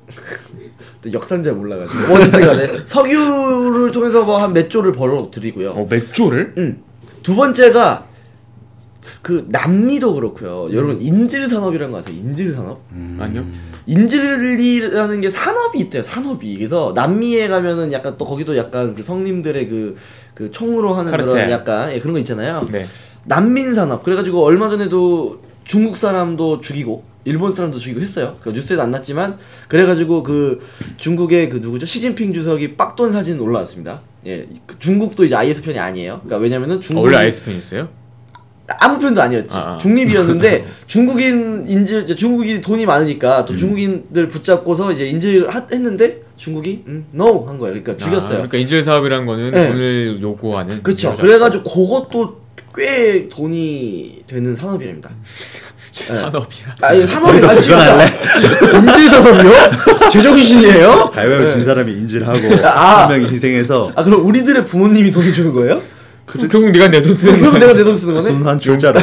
역산자 몰라가지고. 뭐 어쨌든 간에 석유를 통해서 뭐 한 몇 조를 벌어들이고요.
어, 맥주를?
음. 두 번째가 그 남미도 그렇고요.
음.
여러분 인질 산업이라는 거 아세요? 인질 산업?
아니요.
음.
음. 인질이라는 게 산업이 있대요. 산업이. 그래서 남미에 가면은 약간 또 거기도 약간 그 성님들의 그, 그 총으로 하는 그런
카르텔.
약간 예, 그런 거 있잖아요.
네.
난민 산업. 그래가지고 얼마 전에도 중국 사람도 죽이고 일본 사람도 죽이고 했어요. 그 뉴스에도 안 났지만 그래가지고 그 중국의 그 누구죠 시진핑 주석이 빡돈 사진 올라왔습니다. 예, 그 중국도 이제 IS 편이 아니에요. 그러니까 왜냐면은
아,
중국
원래 아이스팬 있어요?
음. 아무 편도 아니었지.
아, 아.
<laughs> 중립이었는데 중국인 인질 이제 중국이 돈이 많으니까 또 중국인들 붙잡고서 이제 인질 하- 했는데 중국이 음, no 한 거예요. 그러니까
아,
죽였어요.
그러니까 인질 사업이란 거는
네.
돈을 요구하는
그렇죠.
거죠. <laughs>
그래가지고 그것도 꽤 돈이 되는 산업이랍니다. 네.
산업이야.
아니 산업이 아 진짜 인질 산업이요? <laughs> 제정신이에요?
가위바위보 진 사람이 인질하고
어. 네. 아.
한 명이 희생해서
아 그럼 우리들의 부모님이 돈을 주는 거예요?
그럼 결국 네가 내 돈 쓰는
그럼
거야.
내가 내 돈 쓰는 거네? <laughs>
손한 줄자로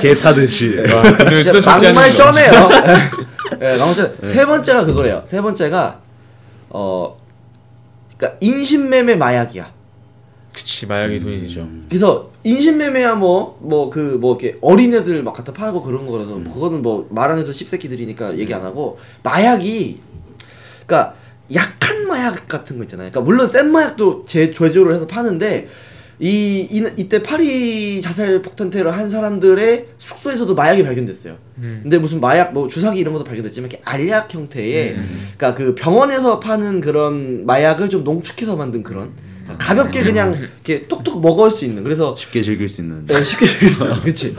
개 타듯이
네.
어.
돈을
진짜
쓰다 죽지 네, 않는
막말
거.
쩌네요. 예, 아무튼 세 번째가 그거래요. 세 번째가 어, 그러니까 인신매매 마약이야.
그치 마약이 돈이 되죠.
그래서 인신매매야 뭐 뭐 그 뭐 이렇게 어린애들 막 갖다 팔고 그런 거라서 그거는 뭐 말 안 해도 씹새끼들이니까 얘기 안 하고 마약이 그러니까 약한 마약 같은 거 있잖아요. 그러니까 물론 센 마약도 제 제조를 해서 파는데 이, 이 이때 파리 자살 폭탄 테러 한 사람들의 숙소에서도 마약이 발견됐어요.
음.
근데 무슨 마약 뭐 주사기 이런 것도 발견됐지만 이렇게 알약 형태의
음.
그러니까 그 병원에서 파는 그런 마약을 좀 농축해서 만든 그런 그러니까 가볍게 그냥 이렇게 톡톡 먹을 수 있는 그래서
쉽게 즐길 수 있는
어, 쉽게 즐겼어 그치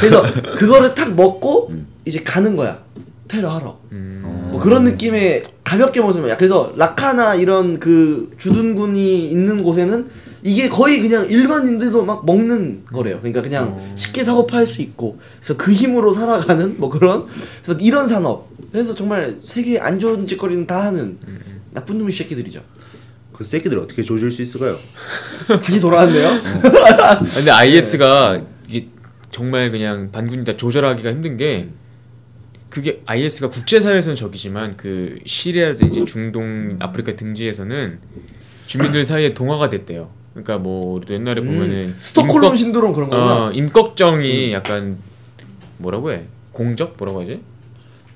그래서 그거를 탁 먹고 이제 가는 거야 테러하러
음.
어.
뭐 그런 느낌의 가볍게 먹으면 야 그래서 라카나 이런 그 주둔군이 있는 곳에는 이게 거의 그냥 일반인들도 막 먹는 거래요. 그러니까 그냥
어.
쉽게 사고 팔 수 있고 그래서 그 힘으로 살아가는 뭐 그런 그래서 이런 산업 그래서 정말 세계 안 좋은 짓거리는 다 하는
음.
나쁜 놈의 새끼들이죠.
그 새끼들 어떻게 조질 수 있을까요?
다시 돌아왔네요.
음. 근데 IS가 이게 정말 그냥 반군이다 조절하기가 힘든 게 그게 IS가 국제사회에서는 적이지만 그 시리아라든지 중동 아프리카 등지에서는 주민들 사이에 동화가 됐대요. 그러니까 뭐 우리도 옛날에 보면은
음, 스톡홀름
임꺽-
신드롬 그런 거구나.
어, 임꺽정이 약간 뭐라고 해? 공적 뭐라고 하지?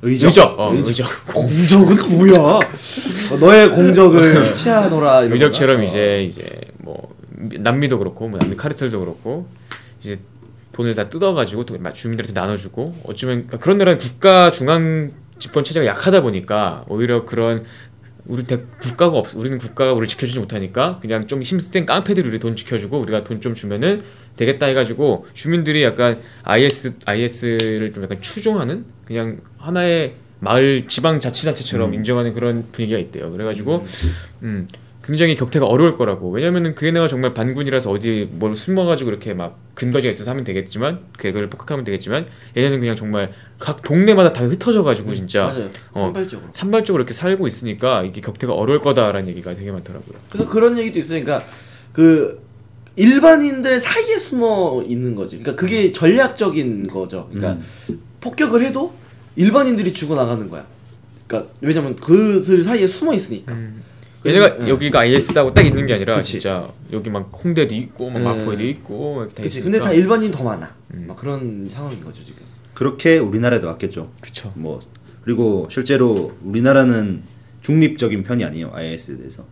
의적,
의적. 어, 의적.
공적은 뭐야? 어, 너의
<laughs>
공적을 취하노라 이런 어.
의적처럼
거구나.
이제 이제 뭐 남미도 그렇고 뭐 남미 카르텔도 그렇고 이제 돈을 다 뜯어가지고 또 주민들한테 나눠주고 어쩌면 그런 나라는 국가 중앙 집권 체제가 약하다 보니까 오히려 그런 우리 대, 국가가 없 우리는 국가가 우리를 지켜주지 못하니까 그냥 좀 힘센 깡패들이 우리 돈 지켜주고 우리가 돈 좀 주면은 되겠다 해가지고 주민들이 약간 IS IS를 좀 약간 추종하는 그냥 하나의 마을 지방 자치단체처럼
음.
인정하는 그런 분위기가 있대요. 그래가지고 음, 굉장히 격퇴가 어려울 거라고. 왜냐면은 그게 내가 정말 반군이라서 어디 뭘 숨어가지고 이렇게 막 근거지가 있어서 하면 되겠지만 그걸 폭격하면 되겠지만 얘네는 그냥 정말 각 동네마다 다 흩어져가지고 진짜
맞아요.
어.
선발적으로.
산발적으로 이렇게 살고 있으니까 이게 격퇴가 어려울 거다라는 얘기가 되게 많더라고요.
그래서 그런 얘기도 있으니까 그 일반인들 사이에 숨어 있는 거지. 그러니까 그게 전략적인 거죠. 그러니까 폭격을 해도 일반인들이 죽어 나가는 거야. 그러니까 왜냐면 그들 사이에 숨어 있으니까.
얘네가
그래서, 응.
여기가 IS다고 딱 있는 게 아니라
음. 그치.
진짜 여기 막 홍대도 있고 막
음.
마포에도 있고 이렇게 다
그치.
있으니까.
근데 다 일반인 더 많아.
음.
막 그런 상황인 거죠 지금.
음. 그렇게 우리나라에도 왔겠죠.
그쵸.
뭐 그리고 실제로 우리나라는 중립적인 편이 아니에요 IS에 대해서.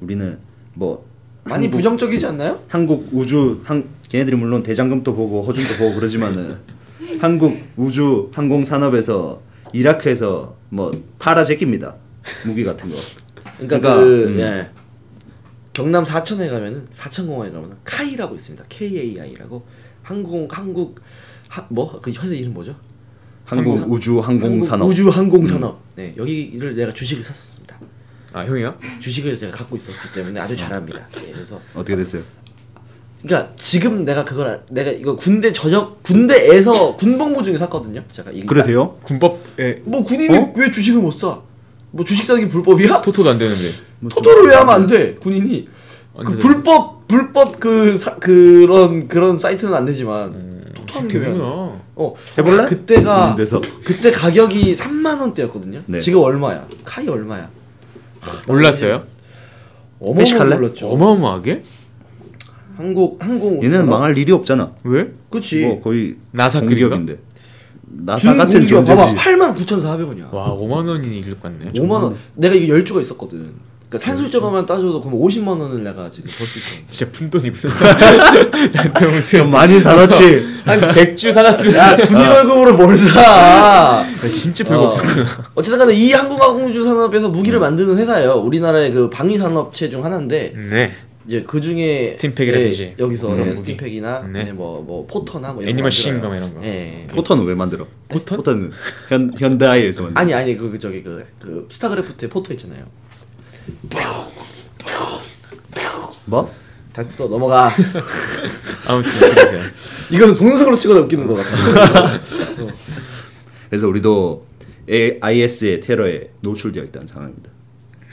우리는 뭐
많이
한국-
부정적이지 않나요?
한국 우주 한 걔네들이 물론 대장금도 보고 허준도 보고 그러지만은
<laughs>
한국 우주 항공 산업에서 이라크에서 뭐 파라 제끼입니다 무기 같은 거.
그러니까,
그러니까,
그
음.
예. 경남 사천에 가면은 사천 공항에 가면은 카이라고 있습니다. K A I라고 항공 한국 뭐그 현대 이름 뭐죠?
한국,
한국-
우주 항공
한국
산업.
우주 항공 산업. 네 여기를 내가 주식을 샀었습니다.
아 형이요?
주식을 제가 갖고 있었기 때문에 아주 잘합니다. 예, 그래서
어떻게 됐어요?
그러니까 지금 내가 그걸 아- 내가 이거 군대 전역 군대에서 군복무 중에 샀거든요. 제가 이
그래 돼요?
군법에
뭐 군인이
어?
왜 주식을 못 사? 뭐 주식 사는 게 불법이야?
토토도 안 되는데.
토토를 왜 하면 안 돼? 군인이
안
그
되죠.
불법 불법 그 사, 그런 그런 사이트는 안 되지만 토토하는 게 왜 안 돼?
되구나.
어
해볼래?
그때가 뭐
군대에서?
그때 가격이 3만 원대였거든요.
네.
지금 얼마야? 카이 얼마야?
몰랐어요?
어마어마하게
회식할래?
올랐죠.
어마어마하게?
한국 항공
얘는 망할 일이 없잖아.
왜?
그치
뭐 거의
나사
공기업인데. 나사
준
같은
공기업
존재지.
봐봐 8만 9,400원이야
와 5만 원이 일급 같네.
5만 원 내가 이거 10주가 있었거든 그러니까 산술자만 따져도 그럼 50만 원을 내가 지금 벌수
<laughs>
있어
진짜
<laughs>
푼돈이구나. 나한테
그럼
무슨
<laughs> 많이 살았지.
한 100주 살았으면
야 군인 월급으로 뭘 사?
진짜 별거
어.
없었구나.
어쨌든 간에 이 항공항공주 산업에서 무기를 만드는 회사예요. 우리나라의 그 방위 산업체 중 하나인데
네.
이제 그 중에
스팀팩이라든지
예, 여기서
그런
예,
무기.
스팀팩이나
네.
이제 뭐, 뭐 포터나 뭐 이런 거
애니멀
만들어요.
시인검 이런 거.
예. 예.
포터는 왜 만들어?
포턴?
포터는 현 현대아이에서 만든.
아니 아니 그, 그 저기 그, 그 스타크래프트의 포터 있잖아요.
뭐?
다시 또 넘어가. <laughs>
아무튼 그러세요.
이거는 동영상으로 찍어도 웃기는 것 같아.
그래서 우리도 IS의 테러에 노출되어 있다는 상황입니다.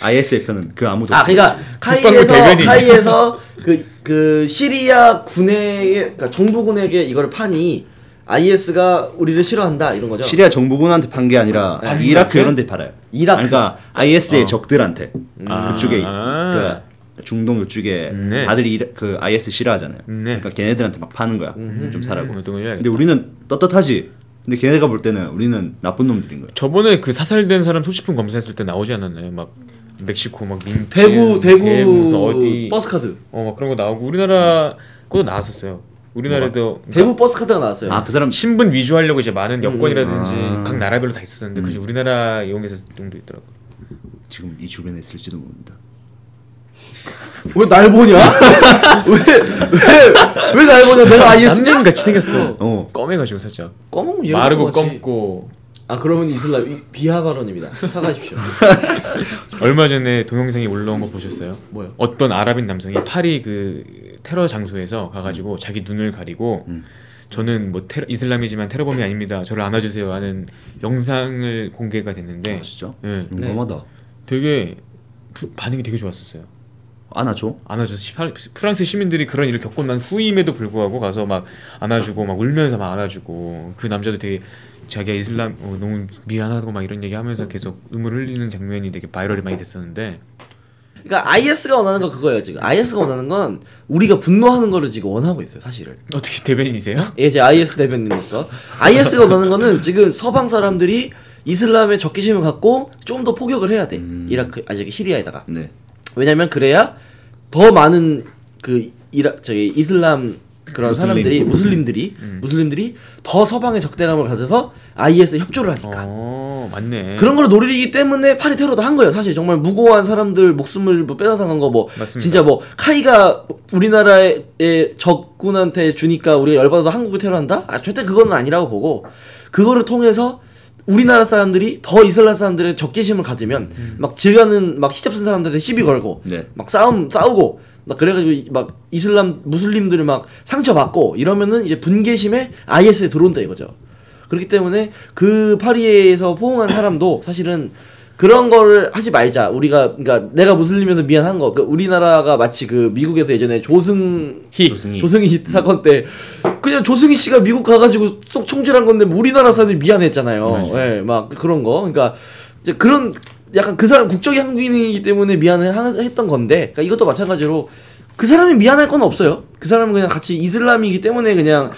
IS의 편은 그 아무도
<laughs> 아
없어요.
그러니까
국방부
카이에서
대변인. <laughs>
카이에서 그 그 시리아 군에게 그러니까 정부군에게 이걸 파니 IS가 우리를 싫어한다 이런 거죠.
시리아 정부군한테 판 게 아니라
아,
이라크
이라크?
이런 데 팔아요.
이라크.
그러니까 IS의 적들한테 그쪽에
아.
그 중동 이쪽에
네.
다들 이라, 그 IS 싫어하잖아요.
네.
그러니까 걔네들한테 막 파는 거야. 좀 사라고.
음, 어떤 걸 해야겠다.
근데 우리는 떳떳하지. 근데 걔네가 볼 때는 우리는 나쁜 놈들인 거야.
저번에 그 사살된 사람 소지품 검사했을 때 나오지 않았나요? 막 멕시코 막 민트
대구
예,
대구
무슨 어디 그러니까
버스 카드.
어막 그런 거 나오고 우리나라 것도 나왔었어요. 우리나라도 그러니까
대구 버스 카드가 나왔어요.
아 그 사람
신분 위조하려고 이제 많은 여권이라든지
음. 아.
각 나라별로 다 있었는데 그중 우리나라 이용해서 정도 있더라고. 요
지금 이 주변에 있을지도 모른다.
왜 날 <laughs> 보냐? 왜 왜 왜 날 보냐? 내가 IS
남양 같이 생겼어.
어.
검해가지고 살짝
검은 얘가
마르고
검하지.
검고
아 그러면 이슬람 이- 비하 발언입니다. 사과하십시오.
얼마 전에 동영상이 올라온 거 보셨어요?
<laughs> 뭐요?
어떤 아랍인 남성이 파리 그 테러 장소에서 가가지고 자기 눈을 가리고
음.
저는 뭐 테러, 이슬람이지만 테러범이 아닙니다. 저를 안아주세요 하는 영상을 공개가 됐는데
아, 진짜?
예,
용감하다.
되게 부- 반응이 되게 좋았었어요.
안아줘.
안아줘서 시- 파리- 프랑스 시민들이 그런 일을 겪고 난 후임에도 불구하고 가서 막 안아주고 막 울면서 막 안아주고 그 남자도 되게 자기가 이슬람 어, 너무 미안하고 막 이런 얘기하면서 계속 눈물 흘리는 장면이 되게 바이럴이 많이 됐었는데
그러니까 IS가 원하는 건 그거예요 지금. IS가 원하는 건 우리가 분노하는 거를 지금 원하고 있어요 사실은.
어떻게 대변인이세요?
예, 이제 IS 대변인으로서 IS가 원하는 거는 지금 서방 사람들이 이슬람의 적기심을 갖고 좀 더 포격을 해야 돼
음.
이라크 아니 저기 시리아에다가
네.
왜냐면 그래야 더 많은 그 이라 저기 이슬람 그런
무슬림. 음.
사람들이 무슬림들이 무슬림들이 더 서방의 적대감을 가져서 IS에 협조를 하니까
어 맞네.
그러니까. 그런 걸 노리기 때문에 파리 테러도 한 거예요. 사실 정말 무고한 사람들 목숨을 뭐 빼앗아간 거 뭐
맞습니다.
진짜 뭐 카이가 우리나라의 적군한테 주니까 우리가 열받아서 한국을 테러한다? 아 절대 그거는 아니라고 보고 그거를 통해서 우리나라 사람들이 더 이슬람 사람들의 적개심을 가지면
음.
막 질가는 막 시접 쓴 사람들한테 시비 걸고
네.
막 싸움 싸우고 막 그래가지고 이- 막 이슬람 무슬림들 막 상처 받고 이러면은 이제 분개심에 IS에 들어온다 이거죠. 그렇기 때문에 그 파리에서 포옹한 사람도 사실은 그런 거를 하지 말자. 우리가 그러니까 내가 무슬림에서 미안한 거. 그 우리나라가 마치 그 미국에서 예전에 조승
조승희.
조승희 사건 때 그냥 조승희 씨가 미국 가가지고 쏙 총질한 건데 뭐 우리나라 사람들이 미안했잖아요. 예, 막 그런 거. 그러니까 이제 그런 약간 그 사람 국적이 한국인이기 때문에 미안했던 건데, 그러니까 이것도 마찬가지로 그 사람이 미안할 건 없어요. 그 사람은 그냥 같이 이슬람이기 때문에 그냥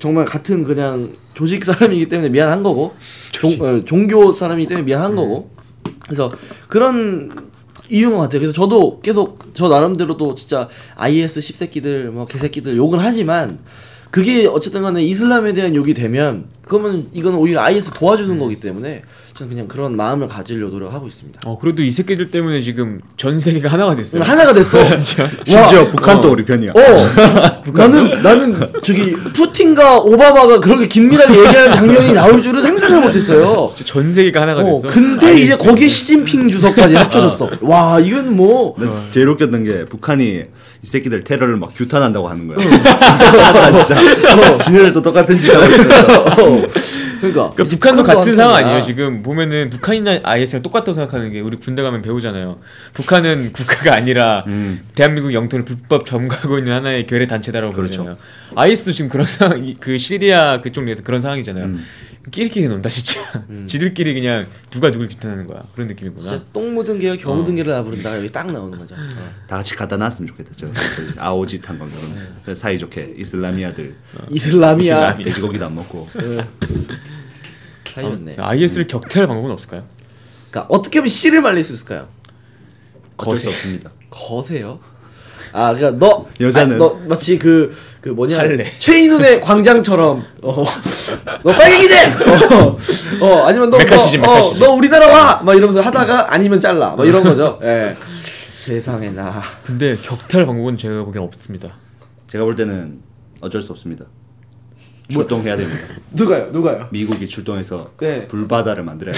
정말 같은 그냥 조직 사람이기 때문에 미안한 거고, 종, 어, 종교 사람이기 때문에 미안한 거고. 그래서 그런 이유인 것 같아요. 그래서 저도 계속 저 나름대로 또 진짜 IS 십새끼들 뭐 개새끼들 욕은 하지만 그게 어쨌든 간에 이슬람에 대한 욕이 되면 그러면 이건 오히려 IS
네.
도와주는 거기 때문에 저는 그냥 그런 마음을 가지려고 노력하고 있습니다.
어 그래도 이 새끼들 때문에 지금 전 세계가 하나가 됐어요.
하나가 됐어.
네. <laughs> 진짜.
심지어
와,
북한도 우리 편이야.
어 나는 나는 저기 푸틴과 오바마가 그렇게 긴밀하게 얘기하는 장면이 나올 줄은 상상을 못했어요.
<laughs> 진짜 전 세계가 하나가
어,
됐어. 네. 아.
근데
아니,
이제 거기에 시진핑 주석까지
<laughs>
합쳐졌어. 와 이건 뭐
네.
난 제일 웃겼던 게 북한이 이 새끼들 테러를 막 규탄한다고 하는 거야. 짜다 진짜. 지네들도 똑같은 짓 하고 있어.
어. 그러니까,
그러니까 북한도 같은 상황 아니에요 지금 보면은 북한이나 IS랑 똑같다고 생각하는 게 우리 군대 가면 배우잖아요 북한은 <laughs> 국가가 아니라 대한민국 영토를 불법 점거하고 있는 하나의 결의 단체다라고 <laughs>
그렇죠.
그러잖아요 IS도 지금 그런 상황 이- 그 시리아 그쪽 에서 그런 상황이잖아요 끼리끼리 논다 진짜. <laughs> 지들끼리 그냥 누가 누굴 비탄하는 거야. 그런 느낌이구나.
진짜 똥 묻은 개와 겨
어.
묻은 개를 나부른다 여기 딱 나오는 거죠. 어.
다 같이 갖다 놨으면 좋겠다. 저 저기 아오짓한 거 그런 사이 좋게 이슬람이야들
어.
이슬람이야.
이슬람이.
돼지고기도 안 먹고
<laughs>
아.
사이좋네.
IS를 격퇴할 방법은 없을까요?
그러니까 어떻게 하면 씨를 말릴 수 있을까요?
어쩔 수 없습니다.
거세요? 아, 그러니까 너
여자는?
아니, 너 마치 그 그 뭐냐
할래. <laughs>
최인훈의 광장처럼 어, 너 빨갱이지? 어, 어 아니면 너
메카시즘,
너, 어,
메카시즘.
너 우리나라 와! 막 이러면서 하다가 아니면 잘라 막 이런 거죠. 예.
<laughs>
세상에 나
근데 격퇴할 방법은 제가 보기엔 없습니다.
제가 볼 때는 어쩔 수 없습니다. 출동해야 됩니다.
누가요? 누가요?
미국이 출동해서
네.
불바다를 만들어야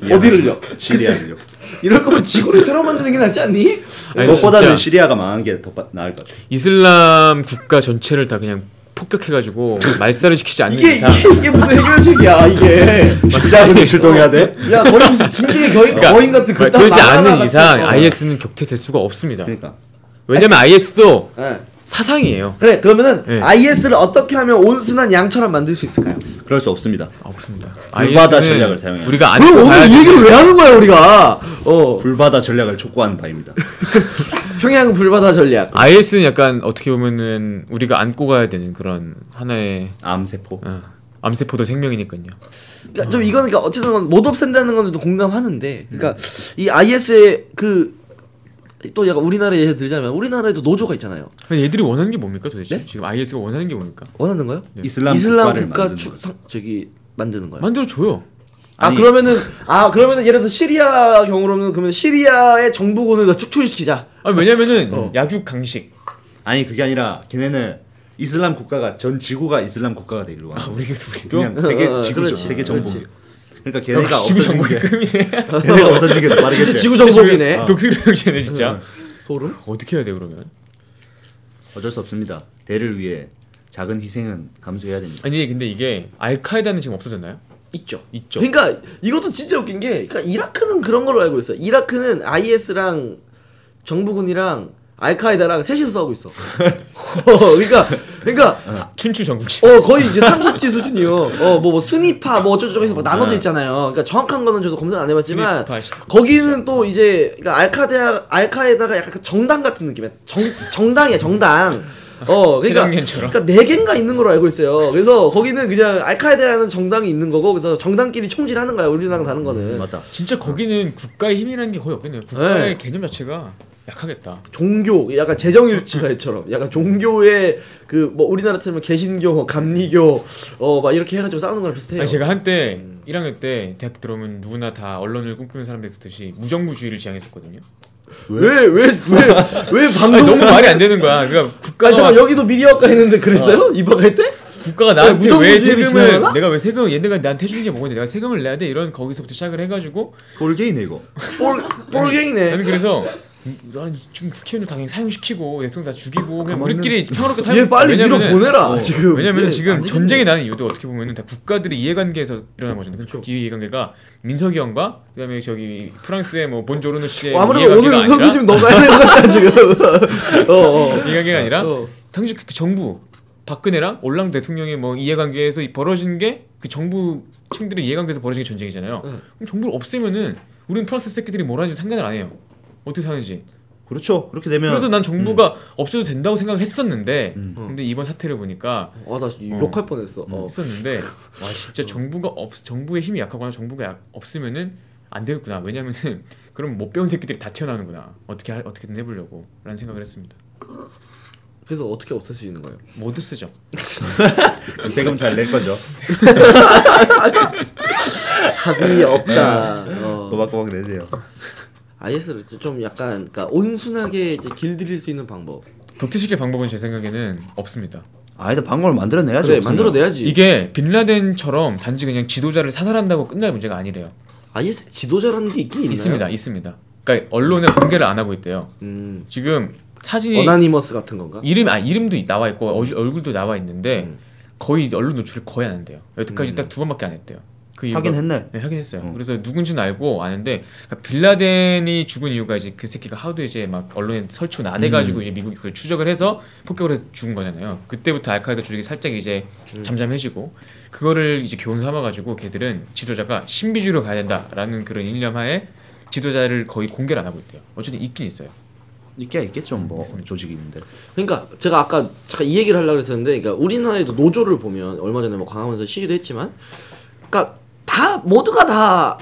돼요.
어디를요?
시리아를요.
이럴 거면 지구를 새로 만드는 게 낫지 않니?
아니,
뭐 무엇보다는
진짜.
시리아가 망한 게 더 나을 것 같아요.
이슬람 국가 전체를 다 그냥 폭격해가지고 말살을 시키지 않는
이게
이상
이게, 이게 무슨 해결책이야 이게?
부자분이 출동해야 돼?
야 거의 무슨 진격의 거인 거인 같은
말-
그딴
그러지 않는
만화가 그러니까
이상
같은 거.
IS는 격퇴될 수가 없습니다.
그러니까
왜냐면 IS도
예.
사상이에요.
그래 그러면은
네.
IS를 어떻게 하면 온순한 양처럼 만들 수 있을까요?
그럴 수 없습니다.
아, 없습니다. IS
불바다
는
그 전략을 사용해요.
우리가 안
그럼
고
오늘 이
가야
얘기를 왜 하는 거야 우리가? 어
불바다 전략을 촉구하는 바입니다.
평양 불바다 전략.
IS는 약간 어떻게 보면은 우리가 안고 가야 되는 그런 하나의
암세포.
어, 암세포도 생명이니까요.
그러니까 좀 이거는 그러니까 어쨌든 못 없앤다는 건도 공감하는데, 그러니까 이 IS의 그 또 약간 우리나라 예를 들자면 우리나라에도 노조가 있잖아요.
근데 얘들이 원하는 게 뭡니까 도대체?
네?
지금 IS가 원하는 게 뭡니까?
원하는 거요?
네.
이슬람,
이슬람
국가를
국가
만드는
추,
거죠.
상, 저기 만드는 거예요.
만들어 줘요.
아
아니-
그러면은 아 그러면은 예를 들어 시리아 경우로는 그러면 시리아의 정부군을 더
<laughs>
축출시키자.
아니 왜냐면은
어.
약육 강식.
아니 그게 아니라 걔네는 이슬람 국가가 전 지구가 이슬람 국가가 되기로
아,
와.
우리 우리도
그냥 세계
어, 어,
지구죠.
그렇지,
세계
그렇지.
정복. 그러니까 걔네가
지구
없어진 게 걔네가 없어진 게
진짜
빠르겠지.
<laughs> 지구 정복이네. 어.
독수리형제네 진짜.
소름?
어떻게 해야 돼 그러면?
어쩔 수 없습니다. 대를 위해 작은 희생은 감수해야 됩니다.
아니 근데 이게 알카에다는 지금 없어졌나요?
있죠.
있죠.
그러니까 이것도 진짜 웃긴 게 그러니까 이라크는 그런 걸로 알고 있어. 이라크는 IS랑 정부군이랑 알카에다랑 셋이서 싸우고 있어. <laughs> 어, 그러니까 그러니까 사-
춘추 전국시.
어 거의 이제 삼국지 수준이요. 어뭐뭐 순위파 뭐 어쩌고저쩌고 해서 뭐 나눠져 있잖아요. 그러니까 정확한 거는 저도 검색 안 해봤지만
네. 순위파, 시-
거기는 또 이제 그러니까 알카데아 알카에다가 약간 그 정당 같은 느낌이야. 정 정당이야 정당. 어 그러니까
세종년처럼.
그러니까 네 개인가 있는 걸로 알고 있어요. 그래서 거기는 그냥 알카에다라는 정당이 있는 거고 그래서 정당끼리 총질하는 거야 우리랑 다른
음,
거는.
맞다.
진짜 거기는 국가의 힘이라는 게 거의 없겠네요. 국가의
어. 네.
개념 자체가 약하겠다.
종교 약간 재정일치가처럼 약간 종교의 그 뭐 우리나라 틀면 개신교, 뭐 감리교 어 막 이렇게 해가지고 싸우는 거랑 비슷해요. 음.
아니 제가 한때 1학년 때 대학 들어오면 누구나 다 언론을 꿈꾸는 사람들 그듯이 무정부주의를
<laughs>
지향했었거든요.
왜 왜 왜 왜 방금
아니, 너무 말이 안 되는 거야. 그러니까 국가가
아 잠깐 여기도 미디어학과 했는데 그랬어요? 입학할 때?
국가가 나한테
무정부주의를
왜
지향하나?
세금을 내가 왜 세금을 얘네가 나한테 해주는 게 뭐인데 내가 세금을 내야 돼 이런 거기서부터 시작을 해가지고
홀게이네 이거.
볼
나는
볼갱이네.
그래서 음, 난 지금 국회의원을 당연히 사형시키고 대통령 다 죽이고 그냥
가만히
우리끼리 평화롭게 살고
얘 빨리 위로
왜냐면은- 어,
보내라 지금.
왜냐면
얘
지금
안 되겠네.
전쟁이 나는 이유도 어떻게 보면은 다 국가들의 이해관계에서 일어난 거잖아요.
그렇죠.
그 이해관계가 민석이 형과 그다음에 저기 프랑스의 뭐 본조르노 씨의
어, 아무래도 오늘
이해관계가
음성도
아니라
좀 넣어야 되는 것 같다 <laughs> 지금. 어, 어.
이해관계가 아니라
어.
당시 그 정부 박근혜랑 올랑 대통령의 뭐 이해관계에서 이- 벌어진 게 그 정부 층들의 이해관계에서 벌어진 게 전쟁이잖아요.
응.
그럼 정부를 없으면은 우리는 프랑스 새끼들이 뭘 하는지 상관을 안 해요. 어떻게 사는지.
그렇죠. 그렇게 되면
그래서 난 정부가 없어도 된다고 생각을 했었는데
음.
근데 이번 사태를 보니까
아, 나 욕할 뻔했어.
음.
어.
있었는데 와 진짜 정부가 없 정부의 힘이 약하거나 정부가 약, 없으면은 안 되겠구나 왜냐면은 <laughs> 그럼 못 배운 새끼들이 다 튀어나오는구나 어떻게 할- 어떻게든 해보려고 라는 생각을 했습니다
그래서 어떻게 없앨 수 있는 거예요?
모두 쓰죠
세금 잘 낼 거죠.
답이 없다.
네.
어.
꼬박꼬박 내세요.
IS를 좀 약간 그러니까 온순하게 이제 길들일 수 있는 방법.
네, 격퇴시킬 방법은 제 생각에는 없습니다
아, 일단 방법을 만들어내야죠.
그래
없으면.
만들어내야지.
이게 빈라덴처럼 단지 그냥 지도자를 사살한다고 끝날 문제가 아니래요
IS 지도자라는 게 있긴 있나요?
있습니다 있습니다 그러니까 언론에 공개를 안 하고 있대요
음.
지금 사진이
어나니머스 같은 건가?
이름 아 이름도 나와 있고 어- 얼굴도 나와 있는데
음.
거의 언론 노출을 거의 안 한대요. 여태까지
음.
딱 두 번밖에 안 했대요. 그 이유가-
확인했네.
네, 확인했어요.
어.
그래서 누군지는 알고 아는데 그러니까 빌라덴이 죽은 이유가 이제 그 새끼가 하도 이제 막 언론에 설치고 나대가지고 이제 미국이 그걸 추적을 해서 폭격을 해서 죽은 거잖아요. 그때부터 알카에다 조직이 살짝 이제 잠잠해지고 그거를 이제 교훈 삼아가지고 걔들은 지도자가 신비주의로 가야 된다라는 그런 일념하에 지도자를 거의 공개를 안 하고 있대요. 어쨌든 있긴 있어요.
있게 있겠죠 뭐 조직이 있는데
그러니까 제가 아까 잠깐 이 얘기를 하려고 했었는데 그러니까 우리나라에도 노조를 보면 얼마 전에 뭐 강화문에서 시위도 했지만 그러니까 다 모두가 다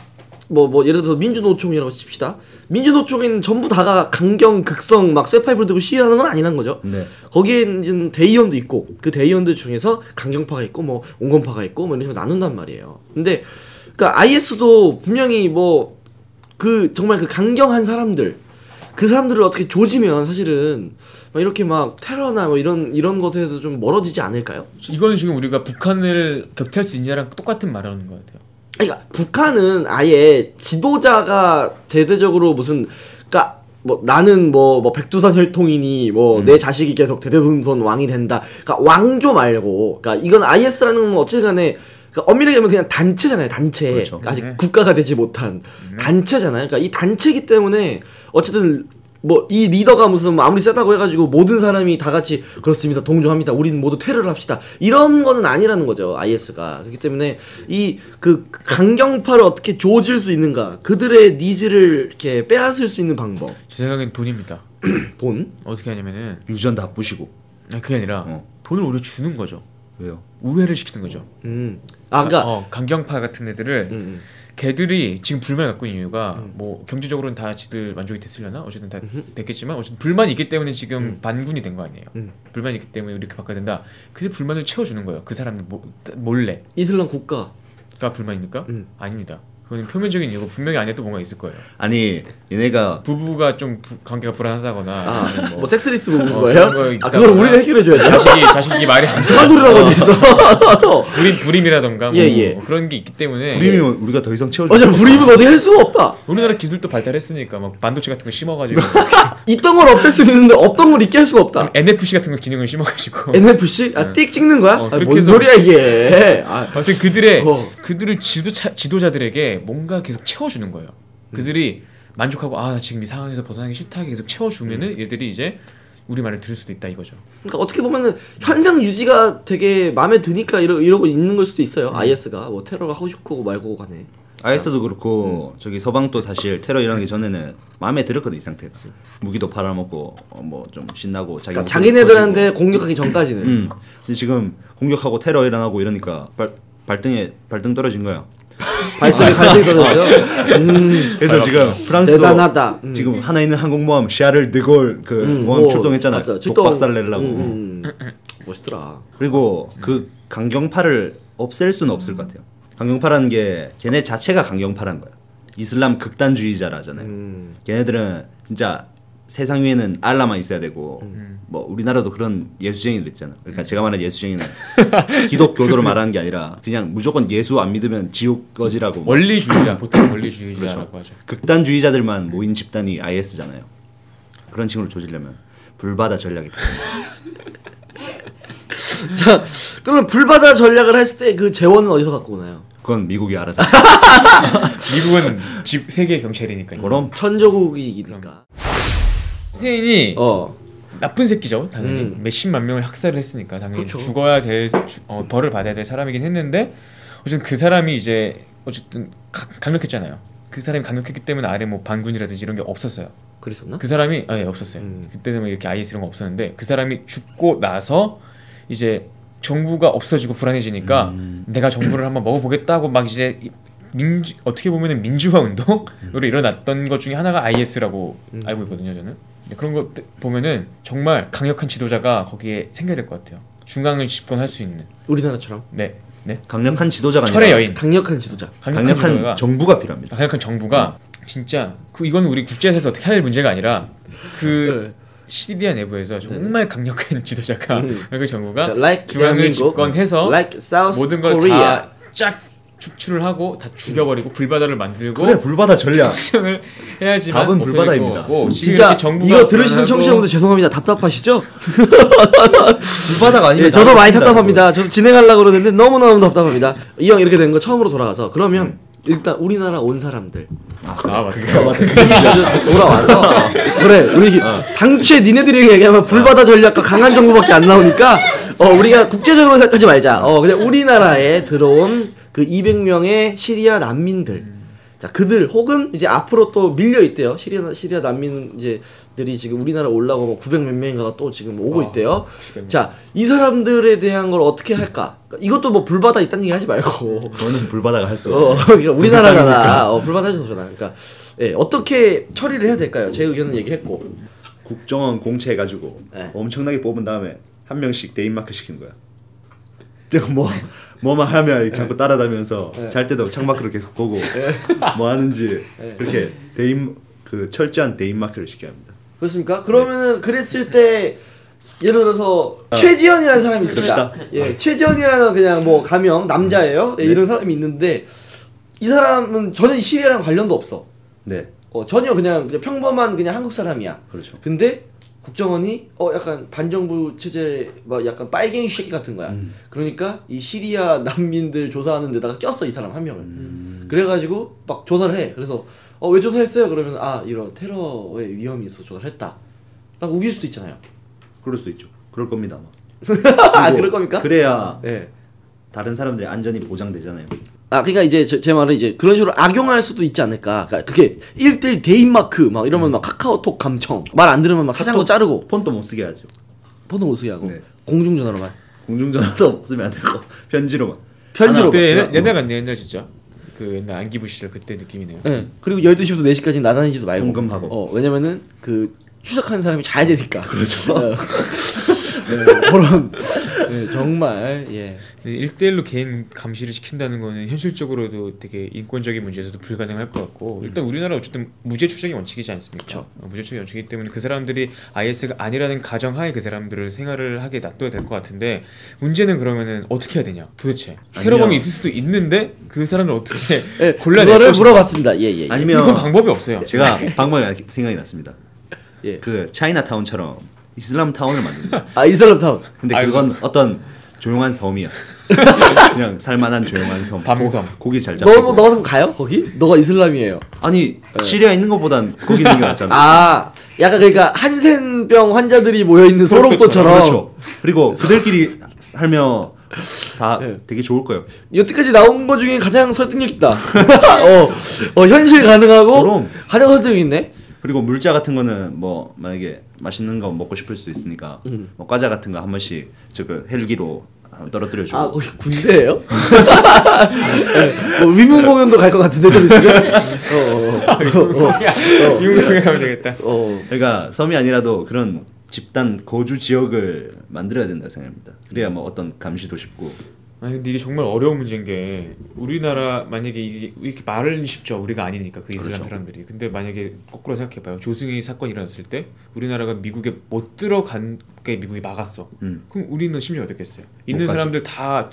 뭐 뭐 예를 들어서 민주노총이라고 칩시다. 민주노총인 전부 다가 강경 극성 막 쇠파이프를 들고 시위하는 건 아니란 거죠.
네
거기에 이제 대의원도 있고 그 대의원들 중에서 강경파가 있고 뭐 온건파가 있고 뭐 이런 식으로 나눈단 말이에요. 근데 그러니까 IS도 분명히 뭐 그 정말 그 강경한 사람들 그 사람들을 어떻게 조지면 사실은 막 이렇게 막 테러나 뭐 이런 이런 것에서 좀 멀어지지 않을까요?
이거는 지금 우리가 북한을 격퇴할 수 있냐랑 똑같은 말을 하는 것 같아요.
그러니까 북한은 아예 지도자가 대대적으로 무슨 그러니까 뭐 나는 뭐 뭐 백두산 혈통이니 뭐
음.
내 자식이 계속 대대손손 왕이 된다. 그러니까 왕조 말고 그러니까 이건 IS라는 건 어쨌든간에 그러니까 엄밀하게 보면 그냥 단체잖아요. 단체
그렇죠.
그러니까 아직
네.
국가가 되지 못한 단체잖아요. 그러니까 이 단체이기 때문에 어쨌든 뭐 이 리더가 무슨 뭐 아무리 세다고 해가지고 모든 사람이 다 같이 그렇습니다 동조합니다 우린 모두 테러를 합시다 이런 거는 아니라는 거죠 IS가 그렇기 때문에 이 그 강경파를 어떻게 조질 수 있는가 그들의 니즈를 이렇게 빼앗을 수 있는 방법
제 생각엔 돈입니다.
돈
어떻게 하냐면은
유전 다 부시고
아니, 그게 아니라
어.
돈을 오히려 주는 거죠.
왜요
우회를 시키는 거죠.
음. 아 그러니까
어, 강경파 같은 애들을
음, 음.
걔들이 지금 불만을 갖고 있는 이유가 뭐 경제적으로는 다 지들 만족이 됐으려나 어쨌든 다 됐겠지만 어쨌든 불만이 있기 때문에 지금 반군이 된 거 아니에요
음.
불만이 있기 때문에 이렇게 바꿔야 된다 근데 불만을 채워주는 거예요 그 사람들 모- 몰래가
이슬람 국가
불만입니까
음.
아닙니다 그건 표면적인 이유고 분명히 안에 또 뭔가 있을 거예요
아니 얘네가
부부가 좀 부- 관계가 불안하다거나
아
아니면
뭐 섹스리스 보는
어,
거예요
그런 거
아
있다거나. 어.
그걸 우리가 해결해
<laughs>
줘야 돼
자식이 자식이 말이 안
무슨 소리라고 돼 있어
<laughs> 불임 불임이라던가 뭐
예, 예.
그런 게 있기 때문에
불임이 우리가 더 이상 채워줄
어차피 불입은 어디 할 수가 없다
우리나라 기술도 발달했으니까 막 반도체 같은 거
<laughs>
심어가지고
있던 걸 없앨 수 있는데 없던 걸 있게 할 수가 없다
NFC 같은 거 기능을 심어가지고
NFC? 아,
네.
띡 찍는 거야?
어,
아,
그렇게
뭔
해서-
소리야 이게? 아,
아무튼 그들의
어.
그들을 지도자 지도자들에게 뭔가 계속 채워주는 거예요. 그들이 만족하고 아나 지금 이 상황에서 벗어나기 싫다 계속 채워주면은 얘들이 이제 우리 말을 들을 수도 있다 이거죠.
그러니까 어떻게 보면은 현상 유지가 되게 마음에 드니까 이러, 이러고 있는 걸 수도 있어요. IS가 뭐 테러가 하고 싶고 말고 간에.
음. 아이스도 그렇고 저기 서방도 사실 테러 일어나기 전에는 마음에 들었거든 이 상태가 무기도 팔아먹고 뭐 좀 신나고 자기
그러니까
목소리
자기네들한테
커지고.
공격하기 전까지는.
음 근데 지금 공격하고 테러 일어나고 이러니까 발, 발등에 발등 떨어진 거야 아.
발등에 발등이 떨어져요. 음.
그래서 지금 프랑스도
대단하다. 음.
지금 하나 있는 항공모함 샤를 드골 그
음,
모함
뭐,
출동했잖아
맞아,
요
출동.
독박살 내려고
음, 음. 멋있더라.
그리고 그 강경파를 없앨 수는 없을 것 같아요 강경파라는 게 걔네 자체가 강경파란 거야 이슬람 극단주의자라잖아요
음.
걔네들은 진짜 세상 위에는 알라만 있어야 되고
음.
뭐 우리나라도 그런 예수쟁이들 있잖아. 그러니까 제가 말하는 예수쟁이는
<laughs>
기독교도를 말하는 게 아니라 그냥 무조건 예수 안 믿으면 지옥 거지라고 뭐
원리주의자 보통 원리주의자라고 하죠.
극단주의자들만 모인 집단이 IS잖아요. 그런 친구를 조지려면 불바다 전략이 필요해요.
자, 그러면 불바다 전략을 했을 때 그 재원은 어디서 갖고 오나요?
그건 미국이
<laughs>
알아서
미국은 집 세계 경찰이니까요.
그럼
천조국이니까.
음.
세인이
어.
나쁜 새끼죠 당연히
음. 그렇죠.
몇십만 명을 학살을 했으니까 당연히
그쵸.
죽어야 될 주- 어, 벌을 받아야 될 사람이긴 했는데 어쨌든 그 사람이 이제 어쨌든 가- 강력했잖아요 그 사람이 강력했기 때문에 아래 뭐 반군이라든지 이런 게 없었어요
그랬었나?
그 사람이 아예 없었어요
음.
그때는 뭐 이렇게 IS 이런 거 없었는데 그 사람이 죽고 나서 이제 정부가 없어지고 불안해지니까
음.
내가 정부를 한번 먹어보겠다고 막 이제 이- 민주 어떻게 보면은 민주화
음.
운동으로 일어났던 것 중에 하나가 IS라고
음.
알고 있거든요 저는 근데 그런 것 보면은 정말 강력한 지도자가 거기에 생겨야 될 것 같아요 중앙을 집권할 수 있는
우리나라처럼
네
강력한 지도자가
철의
아니라
여인
강력한 지도자.
강력한
네. 지도자가
정부가 필요합니다.
강력한 정부가 진짜 그 이건 우리 국제에서 어떻게 할 문제가 아니라 그
네.
시리아 내부에서 정말 강력한 <laughs> 지도자가
음.
그 정부가
like
중앙을
대한민국,
집권해서
like South
모든 걸
Korea.
다 쫙 축출을 하고 다 죽여버리고 불바다를 만들고
뭐
그래 불바다 전략.
액션을 해야지만
답은
없어질
불바다입니다.
거고 뭐 지금
진짜
이렇게 정부가
이거 들으시는
불안하고
청취자분들 죄송합니다. 답답하시죠?
불바다가 아니면
예, 저도 많이
나가겠습니다,
답답합니다. 저도 진행하려고 그러는데 너무너무 답답합니다. 이 형 이렇게 된 거 처음으로 돌아가서 그러면 일단 우리나라 온 사람들
아 맞다
이거. 아, 맞다.
다시 돌아와서 그래 우리 당최 니네들이 얘기하면 불바다 전략과 강한 정부밖에 안 나오니까 어 우리가 국제적으로 생각하지 말자. 어 그냥 우리나라에 들어온 그 200명의 시리아 난민들 자 그들 혹은 이제 앞으로 또 밀려 있대요. 시리아 시리아 난민 이제 들이 지금 우리나라 올라고 뭐 900 몇 명인가가 또 지금 오고
아,
있대요.
900 명.
자, 이 사람들에 대한 걸 어떻게 할까? 그러니까 이것도 뭐 불바다 있다는 얘기 하지 말고.
너는 불바다가 할 수.
어,
없어.
그러니까 우리나라잖아. 어, 불바다 해서잖아. 그러니까 예, 어떻게 처리를 해야 될까요? 제 의견은 얘기했고.
국정원 공채 해가지고
네.
엄청나게 뽑은 다음에 한 명씩 대인마크 시킨 거야. <laughs> 지금 뭐 뭐만 하면 자꾸 따라다면서
네.
잘 때도 창밖으로 계속 보고 <laughs> 뭐 하는지 그렇게 대인 그 철저한 대인마크를 시켜야 합니다.
그렇습니까? 그러면은 그랬을 때 예를 네. 들어서 최지현이라는 사람이 있습니다.
그럽시다.
예, 최지현이라는 그냥 뭐 가명 남자예요. 예, 이런 사람이 있는데 이 사람은 전혀 이 시리아랑 관련도 없어.
네,
어, 전혀 그냥, 그냥 평범한 그냥 한국 사람이야.
그렇죠.
근데 국정원이 어 약간 반정부 체제 막 약간 빨갱이 새끼 같은 거야.
음.
그러니까 이 시리아 난민들 조사하는 데다가 꼈어 이 사람 한 명을.
음.
그래가지고 막 조사를 해. 그래서 어 왜 조사했어요? 그러면 아 이런 테러의 위험이 있어 서 조사를 했다. 라고 우길 수도 있잖아요.
그럴 수도 있죠. 그럴 겁니다 아마.
아
그리고
그럴 겁니까?
그래야
네.
다른 사람들의 안전이 보장되잖아요.
아, 그러니까 이제 제, 제 말은 이제 그런 식으로 악용할 수도 있지 않을까. 그러니까 그게 1대1 대인 마크 막 이러면 막 카카오톡 감청. 말 안 들으면 막 사장도
음. 카톡.
자르고
폰도 못 쓰게 하죠.
번호 못 쓰게 하고
네.
공중전화로만.
공중전화도 쓰면 안 되고 편지로만.
편지로. 제가-
그때 옛날, 옛날 같네 옛날 진짜 그 옛날 안기부 시절 그때 느낌이네요
예. 그리고 12시부터 4시까지 나다니지도 말고.
공금하고.
어, 왜냐면은 그 추적하는 사람이 자야 되니까. 그렇죠.
<laughs>
그런
네,
예, 정말 예.
1대1로 개인 감시를 시킨다는 거는 현실적으로도 되게 인권적인 문제에서도 불가능할 것
음.
같고 일단 우리나라 어쨌든 무죄 추정이 원칙이지 않습니까? 어, 무죄 추정이 원칙이기 때문에 그 사람들이 IS가 아니라는 가정하에 그 사람들을 생활을 하게 놔둬야 될 것 같은데 문제는 그러면은 어떻게 해야 되냐 도대체 테러범이 있을 수도 있는데 그 사람을 어떻게
예,
<laughs> 골라낼
그거를
것인가
물어봤습니다. 예, 예. 예.
아니면
이건 방법이 없어요
제가 방법이 생각이 났습니다.
예.
그 차이나타운처럼 이슬람 타운을 만든다.
아, 이슬람 타운.
근데
아이고.
그건 어떤 조용한 섬이야. 그냥 살만한 조용한 섬.
밤섬.
고, 고기 잘 잡고.
너너 좀 가요? 거기? 너가 이슬람이에요.
아니 시리아 있는 것보단 거기 있는 게 낫잖아.
아, 약간 그러니까 한센병 환자들이 모여 있는 소록도처럼
그렇죠. 그리고 그들끼리 살며 다
예.
되게 좋을 거예요.
여태까지 나온 거 중에 가장 설득력
<laughs>
있다. 어, 어, 현실 가능하고
그럼.
가장 설득력 있네.
그리고 물자 같은 거는 뭐 만약에 맛있는 거 먹고 싶을 수도 있으니까
음.
뭐 과자 같은 거 한 번씩 저그 헬기로 떨어뜨려 주고.
아 거기 군대예요? 네, 뭐 위문 공연도 갈 것 같은데 좀 있으면.
<laughs>
어, 어, 어,
이거 생각하면 되겠다
어, 어.
그러니까 섬이 아니라도 그런 집단 거주 지역을 만들어야 된다 생각합니다. 그래야 뭐 어떤 감시도 쉽고
아니 근데 이게 정말 어려운 문제인 게 우리나라 만약에 이게 이렇게 말은 쉽죠 우리가 아니니까 그
그렇죠.
이슬람 사람들이 근데 만약에 거꾸로 생각해봐요 조승희 사건이 일어났을 때 우리나라가 미국에 못 들어간 게 미국이 막았어
음.
그럼 우리는 심지어 어땠겠어요 있는
가지. 음.
사람들 다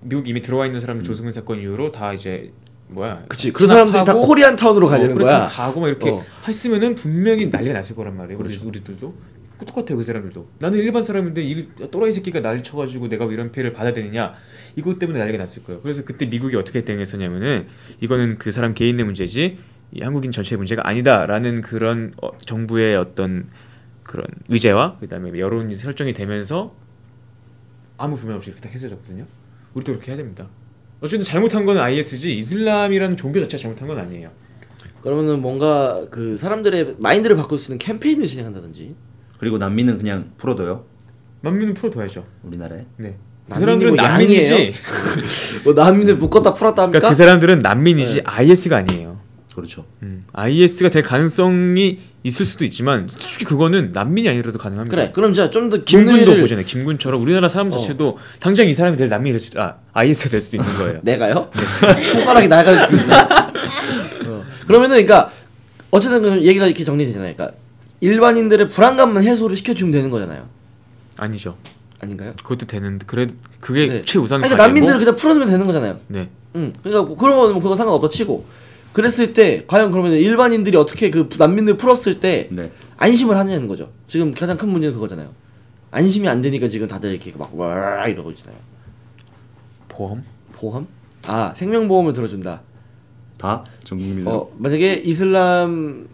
미국 이미 들어와 있는 사람들 조승희 사건 이후로 다 이제 뭐야
그치. 그 사람들이 다
하고
코리안 타운으로 가려는
어,
거야.
그래도 가고 막 이렇게
어. 그렇죠.
했으면은 분명히 난리가 났을 거란 말이에요. 우리 우리들도 똑같아요 그 사람들도. 나는 일반 사람인데 이 또라이 새끼가 날 쳐가지고 내가 왜 이런 피해를 받아야 되느냐 이것 때문에 난리가 났을 거예요. 그래서 그때 미국이 어떻게 대응했었냐면은 이거는 그 사람 개인의 문제지 이 한국인 전체의 문제가 아니다라는 그런 어, 정부의 어떤 그런 의제와 그다음에 여론이 설정이 되면서 아무 불만 없이 이렇게 딱 해소졌거든요. 우리도 그렇게 해야 됩니다. 어쨌든 잘못한 건 IS지 이슬람이라는 종교 자체가 잘못한 건 아니에요.
그러면은 뭔가 그 사람들의 마인드를 바꿀 수 있는 캠페인을 진행한다든지.
그리고 난민은 그냥 풀어둬요
난민은 풀어둬야죠.
우리나라에
네. 그
난민이
사람들은
뭐
난민이지.
양이에요? 뭐 난민들 묶었다 풀었다 합니까?
그러니까 그 사람들은 난민이지 IS가 아니에요.
그렇죠.
음. IS가 될 가능성이 있을 수도 있지만 솔직히 그거는 난민이 아니라도 가능합니다.
그래. 그럼 자 좀더
김군도
김근희를
보잖아요. 김군처럼 우리나라 사람 자체도 당장 이 사람이 될 난민이 될 수도 아 IS가 될 수도 있는
<laughs>
거예요.
내가요? 손가락이 나가지고 있네. 어. 그러면은 그러니까 어쨌든 그럼 얘기가 이렇게 정리되잖아요. 그러니까 일반인들의 불안감만 해소를 시켜주면 되는 거잖아요.
아니죠.
아닌가요?
그것도 되는데 그래도 그게
네.
최우선
아니, 그러니까
과제고.
난민들을 그냥 풀어주면 되는 거잖아요.
네.
응. 그러니까 뭐 그런 거는 뭐 그거 상관없다 치고 그랬을 때 과연 그러면 일반인들이 어떻게 그 난민을 풀었을 때
네.
안심을 하냐는 거죠. 지금 가장 큰 문제는 그거잖아요. 안심이 안 되니까 지금 다들 이렇게 막와 이러고 있잖아요.
보험?
보험? 아 생명보험을 들어준다.
다 전국민이
어, 만약에 이슬람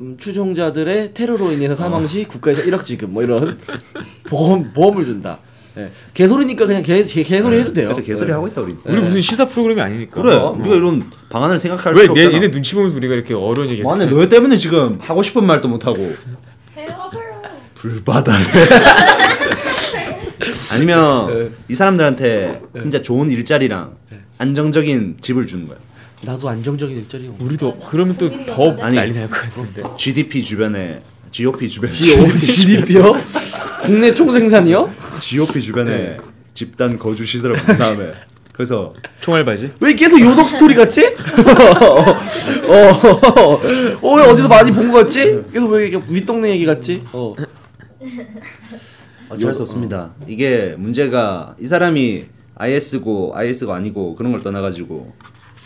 음, 추종자들의 테러로 인해서 사망
어.
시 국가에서 1억 지급 뭐 이런 <laughs> 보험 보험을 준다. 예. 개소리니까 그냥 개, 개 개소리
네.
해도 돼요.
네. 그래 개소리
예.
하고 있다 우리.
우리 무슨 시사 프로그램이 아니니까.
네. 그래
어,
우리가 이런 방안을 생각할 필요
왜내
없잖아.
얘네 눈치 보면서 우리가 이렇게 어려운 얘기
만에
계속
너 때문에 지금 하고 싶은 말도 못 하고
헤어져요.
불바다를. <laughs> 아니면 이 사람들한테 진짜 좋은 일자리랑 안정적인 집을 주는 거야.
나도 안정적인 일자리 없.
우리도 그러면 또
국민도
더
아니.
난리 날 것 같은데.
GDP 주변에 GOP 주변에 <laughs>
GDP요? 국내 총생산이요?
GOP 주변에 집단 거주 시설을 본 다음에 <laughs> 그래서
총알바지?
왜 계속 요독 스토리 같지? 어, 어, 왜 어디서 많이 본 것 같지? 계속 왜 이렇게 윗동네 얘기 같지? 어.
어쩔 아, 수 없습니다. 이게 문제가 이 사람이 IS고 IS가 아니고 그런 걸 떠나가지고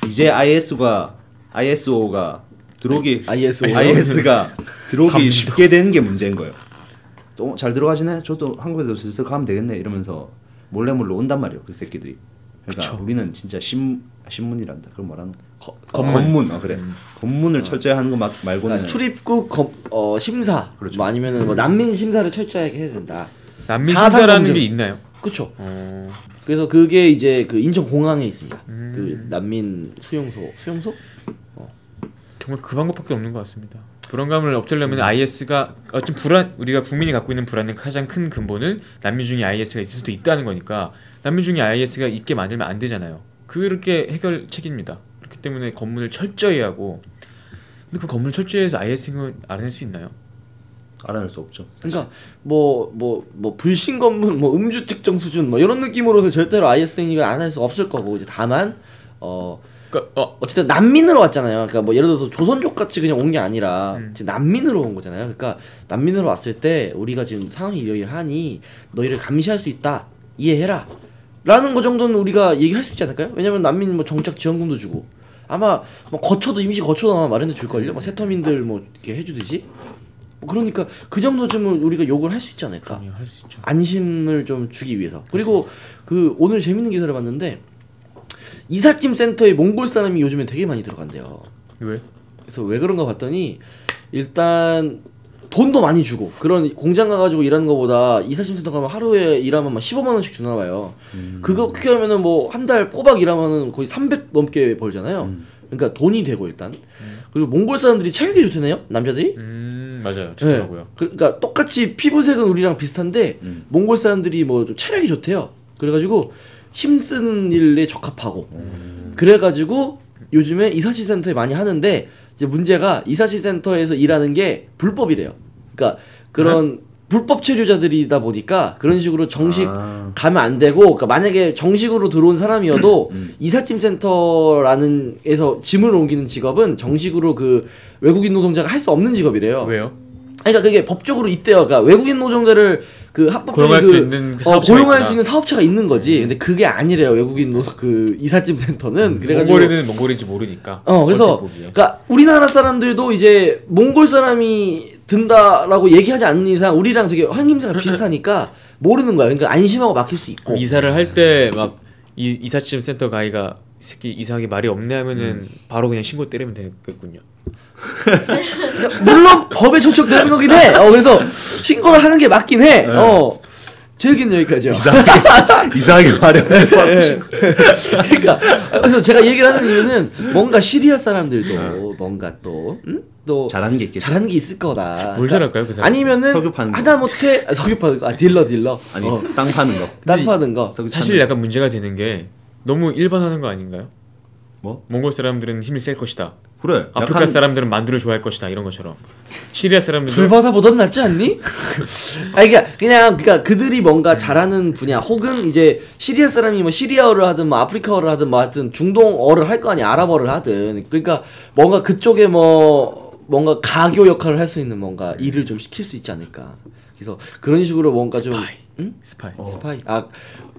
이제 IS가 ISO가 들어오기
ISO.
IS가 들어오기 쉽게 되는 게 문제인 거예요. 또 잘 들어가시네. 저도 한국에서 슬슬 가면 되겠네 이러면서 몰래 몰래 온단 말이에요. 그 새끼들이. 그러니까 우리는 진짜 신 신문이란다. 그걸 말하는 거,
검문.
검문. 아, 그래. 검문을 철저히 하는 거 막- 말고는
그러니까 출입국 검, 어, 심사
네. 그렇죠.
뭐 아니면은 뭐 난민 심사를 철저하게 해야 된다.
난민
사상
심사라는
검증.
게 있나요?
그렇죠.
어...
그래서 그게 이제 그 인천 공항에 있습니다.
음.
그 난민 수용소 수용소?
정말 그 방법밖에 없는 것 같습니다. 불안감을
음.
없애려면 IS가 어쨌든 불안 우리가 국민이 갖고 있는 불안의 가장 큰 근본은 난민 중에 IS가 있을 수도 있다는 거니까 난민 중에 IS가 있게 만들면 안 되잖아요. 그렇게 해결책입니다. 그렇기 때문에 검문을 철저히 하고 근데 그 검문을 철저히 해서 IS는 알아낼 수 있나요?
알아낼 수 없죠. 사실.
그러니까 뭐 뭐 뭐 불신 검문, 뭐 음주 측정 수준 뭐 이런 느낌으로는 절대로 IS인을 안 할 수 없을 거고 이제 다만 어
그러니까 어,
어쨌든 난민으로 왔잖아요. 그러니까 뭐 예를 들어서 조선족 같이 그냥 온 게 아니라
음.
지금 난민으로 온 거잖아요. 그러니까 난민으로 왔을 때 우리가 지금 상황이 이러이러하니 너희를 감시할 수 있다 이해해라. 라는 거 정도는 우리가 얘기할 수 있지 않을까요? 왜냐면 난민 뭐 정착 지원금도 주고 아마 뭐 거쳐도 임시 거쳐도 아마 마련해 줄 걸요. 뭐 세터민들 뭐 이렇게 해주듯이. 뭐 그러니까 그 정도쯤은 우리가 욕을 할 수 있지 않을까.
할 수 있죠.
그렇죠. 안심을 좀 주기 위해서 그리고 그 오늘 재밌는 기사를 봤는데 이삿짐 센터에 몽골 사람이 요즘에 되게 많이 들어간대요
왜?
그래서 왜 그런가 봤더니 일단 돈도 많이 주고 그런 공장 가가지고 일하는 거보다 이삿짐 센터 가면 하루에 일하면 막 15만 원씩 주나 봐요
음.
그거 크게 하면은 뭐 한 달 꼬박 일하면은 거의 300 넘게 벌잖아요
음.
그러니까 돈이 되고 일단 그리고 몽골 사람들이 체격이 좋대네요 남자들이
음 맞아요.
네.
좋더라고요.
그러니까 똑같이 피부색은 우리랑 비슷한데
음.
몽골 사람들이 뭐 좀 체력이 좋대요. 그래가지고 힘쓰는 일에 적합하고
음.
그래가지고 요즘에 이사시 센터에 많이 하는데 이제 문제가 이사시 센터에서 일하는 게 불법이래요. 그러니까 그런
네?
불법 체류자들이다 보니까 그런 식으로 정식
아.
가면 안 되고 그러니까 만약에 정식으로 들어온 사람이어도
음.
이삿짐 센터라는 에서 짐을 옮기는 직업은 정식으로 그 외국인 노동자가 할 수 없는 직업이래요.
왜요?
그러니까 그게 법적으로 있대요. 그러니까 외국인 노동자를 그 합법적인
고용할
그,
수 있는 그
어,
사업체가 음.
고용할
있구나.
수 있는 사업체가 있는 거지. 근데 그게 아니래요. 외국인 노동 그 이삿짐 센터는 그래가지고
음, 몽골에는 몽골인지 모르니까.
어 그래서
얼핏 보기에.
그러니까 우리나라 사람들도 이제 몽골 사람이 든다라고 얘기하지 않는 이상 우리랑 되게
<laughs>
환김새가 비슷하니까 모르는 거야. 그러니까 안심하고 맡길 수 있고.
그럼 이사를 할 때 막 이삿짐 센터 가이가 이 새끼 이상하게 말이 없네 하면은 바로 그냥 신고 때리면 되겠군요.
그러니까 물론 <laughs> 법에 저촉되는 거긴 해. 어 그래서 신고를 하는 게 맞긴
네.
해. 어. 제 얘기는 여기까지요. <laughs>
이상하게 말이
예,
없어.
그러니까 그래서 제가 얘기를 하는 이유는 뭔가 시리아 사람들도 뭔가 또 음? 또
잘하는 게 있겠지.
잘하는 게 있을 거다.
뭘 잘할까요, 그 사람?
아니면은
석유파는 거.
하다못해 <laughs> 아, 석유파는 거, 아 딜러 딜러.
아니
어,
땅 파는 거.
땅 파는 거.
썩
사실
차는
약간 문제가 되는 게 너무 일반하는 거 아닌가요?
뭐?
몽골 사람들은 힘이 셀 것이다.
그래.
아프리카 사람들은 만두를 좋아할 것이다. 이런 것처럼. 시리아 사람들은
불바다보단 낫지 않니? 아 그러니까 그냥 그러니까 그들이 뭔가 잘하는 분야 혹은 이제 시리아 사람이 뭐 시리아어를 하든 뭐 아프리카어를 하든 뭐 하여튼 중동어를 할 거 아니 야 아랍어를 하든 그러니까 뭔가 그쪽에 뭐 뭔가 가교 역할을 할 수 있는 뭔가 일을 좀 시킬 수 있지 않을까 그래서 그런 식으로 뭔가 좀
스파이.
응?
스파이.
스파이. 아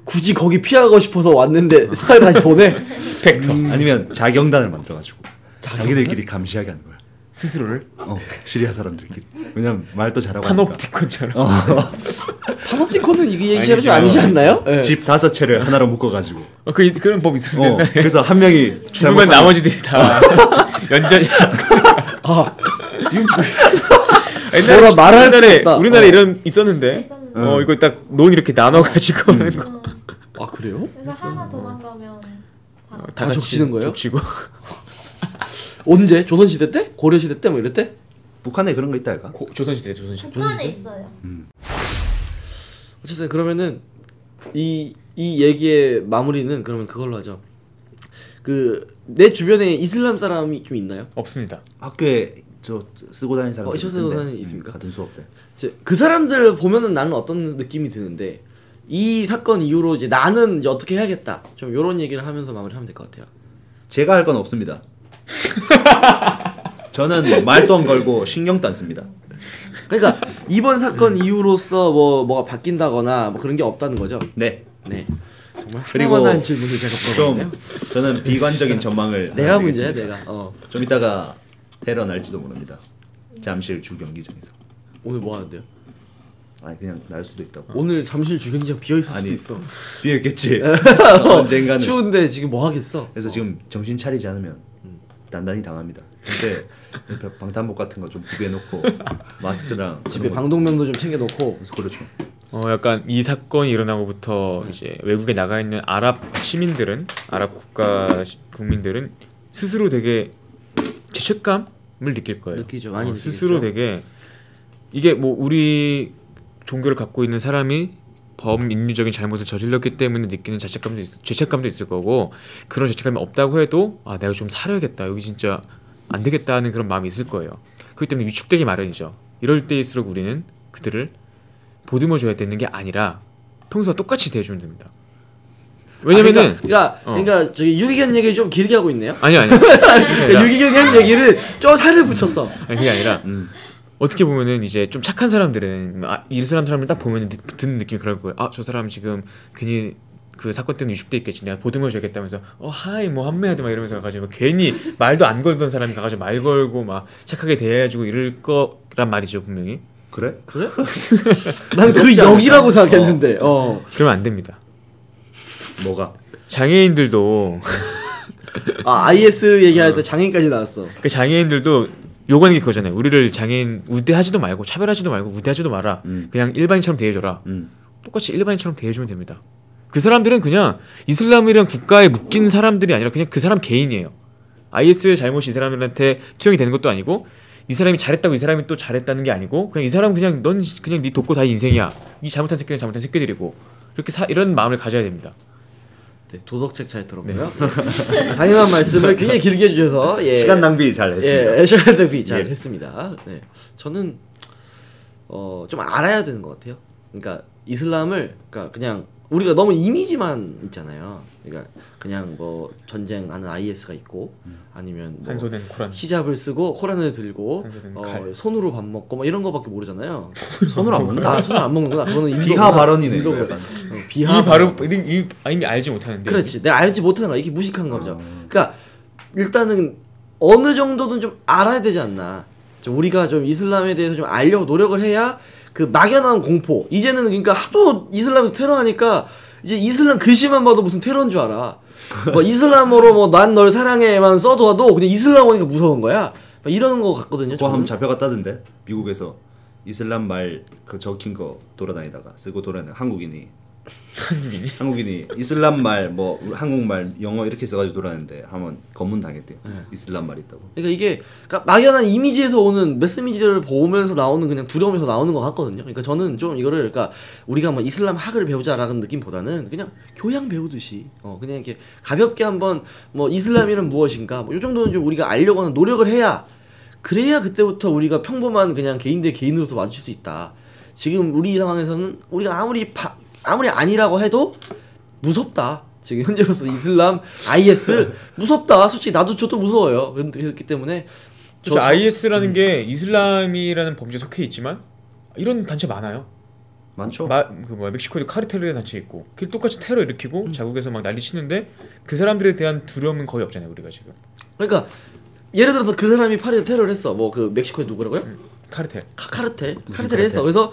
굳이 거기 피하고 싶어서 왔는데 스파이 다시 보내.
스펙터.
음. 아니면 자경단을 만들어가지고 자기들끼리 감시하게 하는 거야.
스스로를
어, 시리아 사람들끼리. 왜냐면 말도 잘하고 어,
판옵티콘처럼.
하니까.
파노티콘은 이게 얘기하는
아니죠.
거 아니지 않나요?
어,
네.
예.
집 다섯 채를 하나로 묶어가지고.
어, 그 그런 법
어,
있었는데.
그래서 한 명이
죽으면
잘못하면-
나머지들이 다 <laughs> 연전.
아,
<laughs> 옛날에
뭐라 말할 수
우리나라에
없다.
우리나라
어.
이런 있었는데.
있었는데.
어 이거 딱 논 이렇게 나눠가지고 하는 거.
어.
아 그래요?
그래서 하나 도망가면 다
다 족치는 거예요?
족치고.
언제? 조선 시대 때? 고려 시대 때? 뭐 이럴 때?
북한에 그런 거 있다 할까?
고, 조선시대 조선시대.
북한에 있어요.
음.
어쨌든 그러면은 이, 이 얘기의 마무리는 그러면 그걸로 하죠. 그 내 주변에 이슬람 사람이 좀 있나요?
없습니다.
학교에 저 쓰고 다니는 사람
어, 셔츠 쓰고 다니는 있습니까?
같은 수업 때.
이제 그 사람들을 보면은 나는 어떤 느낌이 드는데 이 사건 이후로 이제 나는 이제 어떻게 해야겠다 좀 이런 얘기를 하면서 마무리하면 될 것 같아요.
제가 할 건 없습니다. 저는 말도 안 걸고 신경도 안 씁니다. <laughs>
그러니까 이번 사건 이후로서 뭐 뭐가 바뀐다거나 뭐 그런 게 없다는 거죠.
네.
네. 정말
그리고
화만한 질문을 제가
좀
물어봤네요.
저는 비관적인 전망을
내가
하나
문제야
드리겠습니다.
내가. 어
좀 이따가 테러 날지도 모릅니다. 잠실 주경기장에서.
오늘 뭐 하는데요?
어. 아니 그냥 날 수도 있다고.
오늘 잠실 주경장 비어 있을 수도
아니
있어. <laughs>
비겠지. 어, 언젠가는.
추운데 지금 뭐 하겠어? 음.
그래서 지금 정신 차리지 않으면 단단히 당합니다. 근데 옆에 방탄복 같은 거 좀
<laughs>
구비해 놓고 마스크랑
집에
그런 거
방독면도 좀 챙겨 놓고
그렇죠.
어 약간 이 사건이 일어나고부터 이제 외국에 나가 있는 아랍 시민들은 아랍 국가 시- 국민들은 스스로 되게 죄책감을 느낄 거예요.
느끼죠. 많이
어,
느끼겠죠.
스스로 되게 이게 뭐 우리 종교를 갖고 있는 사람이 범인류적인 잘못을 저질렀기 때문에 느끼는 자책감도 있, 죄책감도 있을 거고 그런 죄책감이 없다고 해도 아 내가 좀 사려야겠다 여기 진짜 안 되겠다 하는 그런 마음이 있을 거예요. 그렇기 때문에 위축되기 마련이죠. 이럴 때일수록 우리는 그들을 보듬어 줘야 되는 게 아니라 평소와 똑같이 대해주면 됩니다. 왜냐면은
아, 그러니까 그러니까,
어.
그러니까 저기 유기견 얘기를 좀 길게 하고 있네요.
아니야
<laughs>
아니야
그러니까 유기견이 한 얘기를 좀 살을 붙였어.
아니 그게 아니라
음.
어떻게 보면은 이제 좀 착한 사람들은 아, 이 사람 사람을 딱 보면 느, 듣는 느낌이 그럴 거예요. 아 저 사람 지금 괜히 그 사건 때문에 위축돼 있겠지. 내가 보듬어 줘야겠다면서 어 하이 뭐 한매하드 막 이러면서 가지고 괜히 말도 안 걸던 사람이 가가지고 말 걸고 막 착하게 대해가지고 이럴 거란 말이죠 분명히.
그래?
그래? 난 그
무섭지 않을까?
역이라고 생각했는데. 어.
그러면 안 됩니다.
뭐가?
장애인들도
아 IS 얘기할 때 장애인까지 나왔어.
그 장애인들도 요구하는 게 그거잖아요. 우리를 장애인 우대하지도 말고 차별하지도 말고 우대하지도 마라.
음.
그냥 일반인처럼 대해줘라.
음.
똑같이 일반인처럼 대해주면 됩니다. 그 사람들은 그냥 이슬람이란 국가에 묶인 사람들이 아니라 그냥 그 사람 개인이에요. IS의 잘못이 이 사람들한테 투영이 되는 것도 아니고 이 사람이 잘했다고 이 사람이 또 잘했다는 게 아니고 그냥 이 사람 은 그냥 넌 그냥 네 돕고 다 인생이야. 이 잘못한 새끼는 잘못한 새끼들이고 이렇게 사, 이런 마음을 가져야 됩니다.
네, 도덕책 잘 들었고요. <laughs> 예. 당연한 말씀을 굉장히 길게 해주셔서 예.
시간 낭비 잘 했습니다.
예, 시간 낭비 잘
예.
했습니다. 네, 저는 어, 좀 알아야 되는 것 같아요. 그러니까 이슬람을 그러니까 그냥 우리가 너무 이미지만 있잖아요. 그러니까 그냥 뭐 전쟁하는 IS가 있고 아니면 뭐
한 손엔 코란.
히잡을 쓰고 코란을 들고
한 손에는
어,
칼.
손으로 밥 먹고 막 이런 거밖에 모르잖아요.
손으로 안 먹는다.
아 손을 안 먹는구나. 그거는 인도구나.
비하 발언이네. 예. 이거
인도구나.
약간.
어,
이
비하
바로
발언.
이, 이, 아, 이미 알지 못하는데.
그렇지. 내가 알지 못하는 거야. 이게 무식한 거죠.
네. 아.
그러니까 일단은 어느 정도는 좀 알아야 되지 않나. 좀 우리가 좀 이슬람에 대해서 좀 알려고 노력을 해야 그 막연한 공포. 이제는 그러니까 하도 이슬람에서 테러하니까 이제 이슬람 글씨만 봐도 무슨 테러인 줄 알아. 뭐 이슬람어로 뭐 난 널 사랑해만 써도 그냥 이슬람 오니까 무서운 거야. 막 이런 거 같거든요.
그거
저는.
하면 잡혀갔다던데 미국에서 이슬람 말 그 적힌 거 돌아다니다가 쓰고 돌아다니는 한국인이
한국인이?
<laughs> 한국인이 이슬람 말 뭐 한국말 영어 이렇게 써가지고 돌아다니는데 한번 검문 당했대요.
예.
이슬람 말 있다고.
그러니까 이게 그러니까 막연한 이미지에서 오는 메스미지들을 보면서 나오는 그냥 두려움에서 나오는 것 같거든요. 그러니까 저는 좀 이거를 그러니까 우리가 뭐 이슬람 학을 배우자라는 느낌보다는 그냥 교양 배우듯이 어 그냥 이렇게 가볍게 한번 뭐 이슬람이란 무엇인가 뭐 이 정도는 좀 우리가 알려고 하는 노력을 해야 그래야 그때부터 우리가 평범한 그냥 개인 대 개인으로서 마주칠 수 있다. 지금 우리 상황에서는 우리가 아무리 바, 아무리 아니라고 해도 무섭다. 지금 현재로서 이슬람, IS 무섭다. 솔직히 나도 저도 무서워요. 그렇기 때문에
아-
음.
그래서 IS라는 게 이슬람이라는 범죄에 속해 있지만 이런 단체 많아요.
많죠.
마, 그 뭐야 멕시코에도 카르텔이라는 단체 있고, 그 똑같이 테러 일으키고 자국에서 막 난리 치는데 그 사람들에 대한 두려움은 거의 없잖아요 우리가 지금.
그러니까 예를 들어서 그 사람이 파리에 테러를 했어. 뭐 그 멕시코에 누구라고요?
카르텔.
카, 카르텔. 카르텔을
카르텔?
했어. 그래서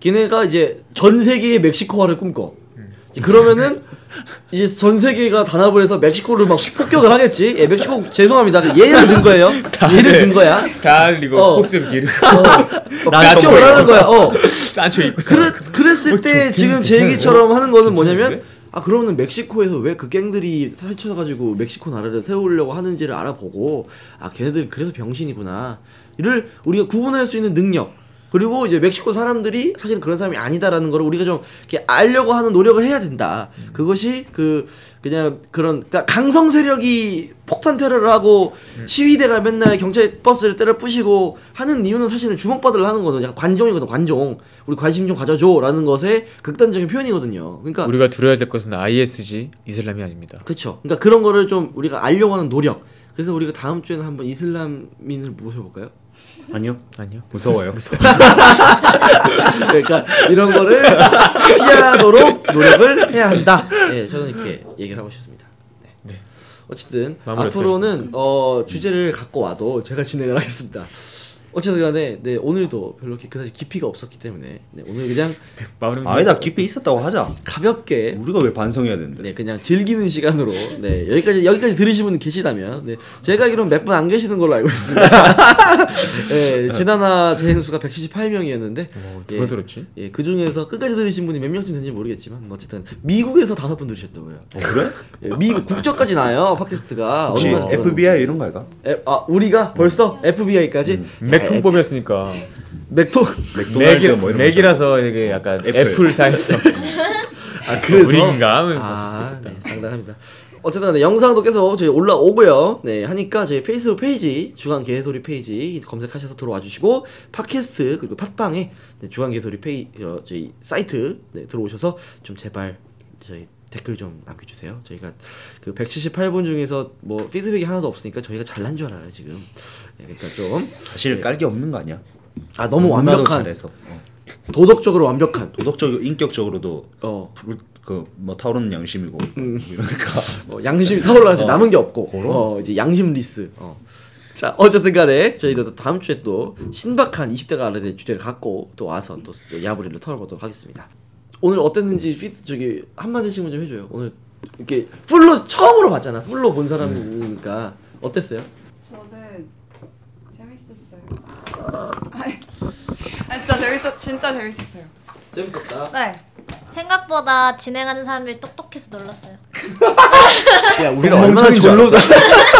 걔네가 이제 전 세계의 멕시코화를 꿈꿔.
음.
이제 그러면은 이제 전 세계가 단합을 해서 멕시코를 막 폭격을 하겠지. 예, 멕시코 죄송합니다. 예를 든
<laughs>
거예요. 예를 든 거야.
달리고
어.
코스 <laughs> 기르고
나
정말
지원하는 거야. 어.
산초 입고.
그래, 그랬을 때 지금 제 얘기처럼 하는 거는 뭐냐면
어, 괜찮은데?
아 그러면은 멕시코에서 왜 그 갱들이 살쳐가지고 멕시코 나라를 세우려고 하는지를 알아보고 아 걔네들 그래서 병신이구나 이를 우리가 구분할 수 있는 능력 그리고 이제 멕시코 사람들이 사실 그런 사람이 아니다라는 걸 우리가 좀 이렇게 알려고 하는 노력을 해야 된다
음.
그것이 그 그냥 그런 그러니까 강성 세력이 폭탄 테러를 하고
음.
시위대가 맨날 경찰 버스를 때려 부시고 하는 이유는 사실은 주목받으려 하는 거거든요. 약간 관종이거든, 관종. 우리 관심 좀 가져줘라는 것의 극단적인 표현이거든요. 그러니까
우리가 두려워야 될 것은 ISG 이슬람이 아닙니다.
그렇죠. 그러니까 그런 거를 좀 우리가 알려고 하는 노력. 그래서 우리가 다음 주에는 한번 이슬람인을 모셔볼까요?
아니요.
아니요.
무서워요. 무서워.
그러니까 이런 거를 피하도록 노력을 해야 한다. 예, 저는 이렇게 얘기를 하고 싶습니다. 네.
네. 음.
어쨌든
마무리
앞으로는 어, 주제를 갖고 와도 제가 진행을 하겠습니다. 어쨌든간에 네 오늘도 별로 이렇게 그다지 깊이가 없었기 때문에 네, 오늘 그냥
마을은
아니다 깊이 있었다고 하자.
가볍게
우리가 왜 반성해야 되는데?
네 그냥 즐기는 시간으로 네 여기까지 여기까지 들으신 분 계시다면 네 제가 알기로 몇 분 안 계시는 걸로 알고 있습니다. <laughs> 네, 지난화 재행수가 178명이었는데
어, 누가 들었지?
예, 그 중에서 끝까지 들으신 분이 몇 명쯤 되는지 모르겠지만 뭐 어쨌든 미국에서 다섯 분 들으셨다고요. <laughs>
어, 그래?
예, 미국 국적까지 나요 팟캐스트가. 아,
혹시
얼마나 들어가는지.
FBI 음. 이런 거 아이가?
에, 아 우리가 벌써 FBI까지
음.
맥통법이었으니까
맥통.
맥도날드
맥이
뭐 이런 거.
맥이라서 이게 약간
애플.
애플사에서
아 <laughs> 그래서
우리인가 하면서 봤을
아,
수도
네,
있겠다.
상당합니다. 어쨌든 네, 영상도 계속 저희 올라오고요. 네, 하니까 저희 페이스북 페이지 주간 개소리 페이지 검색하셔서 들어와 주시고 팟캐스트 그리고 팟빵에 네, 주간 개소리 페이 어, 저희 사이트 네, 들어오셔서 좀 제발 저희 댓글 좀 남겨 주세요. 저희가 그 178분 중에서 뭐 피드백이 하나도 없으니까 저희가 잘난 줄 알아요, 지금. 네, 그러니까 좀
사실 깔기 없는 거 아니야?
아, 너무
누나도
완벽한
잘해서 어.
도덕적으로 완벽한
도덕적으로 인격적으로도
어,
그뭐 타오르는 양심이고
음.
그러니까
어, 양심이 타올라서
어.
남은 게 없고 어, 이제 양심 리스 어. 자 어쨌든 간에 저희도 또 다음 주에 또 신박한 20대가 알아야 될 주제를 갖고 또 와서 또 야부리를 털어보도록 하겠습니다 오늘 어땠는지 피드 저기 한마디씩만 좀 해줘요 오늘 이렇게 풀로 처음으로 봤잖아 풀로 본 사람이니까 어땠어요?
저는 재밌었어요. <laughs> 아 진짜 재밌었 진짜 재밌었어요.
재밌었다
네.
생각보다 진행하는 사람들이 똑똑해서 놀랐어요.
야 우리가
멍청인
얼마나
줄
졸로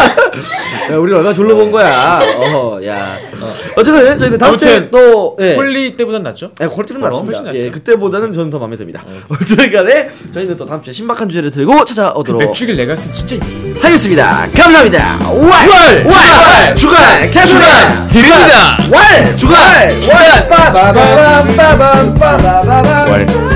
<laughs> 야 우리가 얼마나 졸로 본 거야 어허 야 어. 어쨌든 저희는 다음 주에
아무튼
또 예.
홀리 때보단 낫죠?
예, 퀄리티는
어, 훨씬
낮습니다.
낫죠.
예, 그때보다는 저는 더 마음에 듭니다. 어쨌든 간에 저희는 또 다음 주에 신박한 주제를 들고 찾아오도록
그 맥주길 내가 쓰면 진짜
하겠습니다. 감사합니다. 월! 월! 월! 주간! 개수간! 드립니다! 월! 주간! 월! 빠바바밤 빠바바밤
월.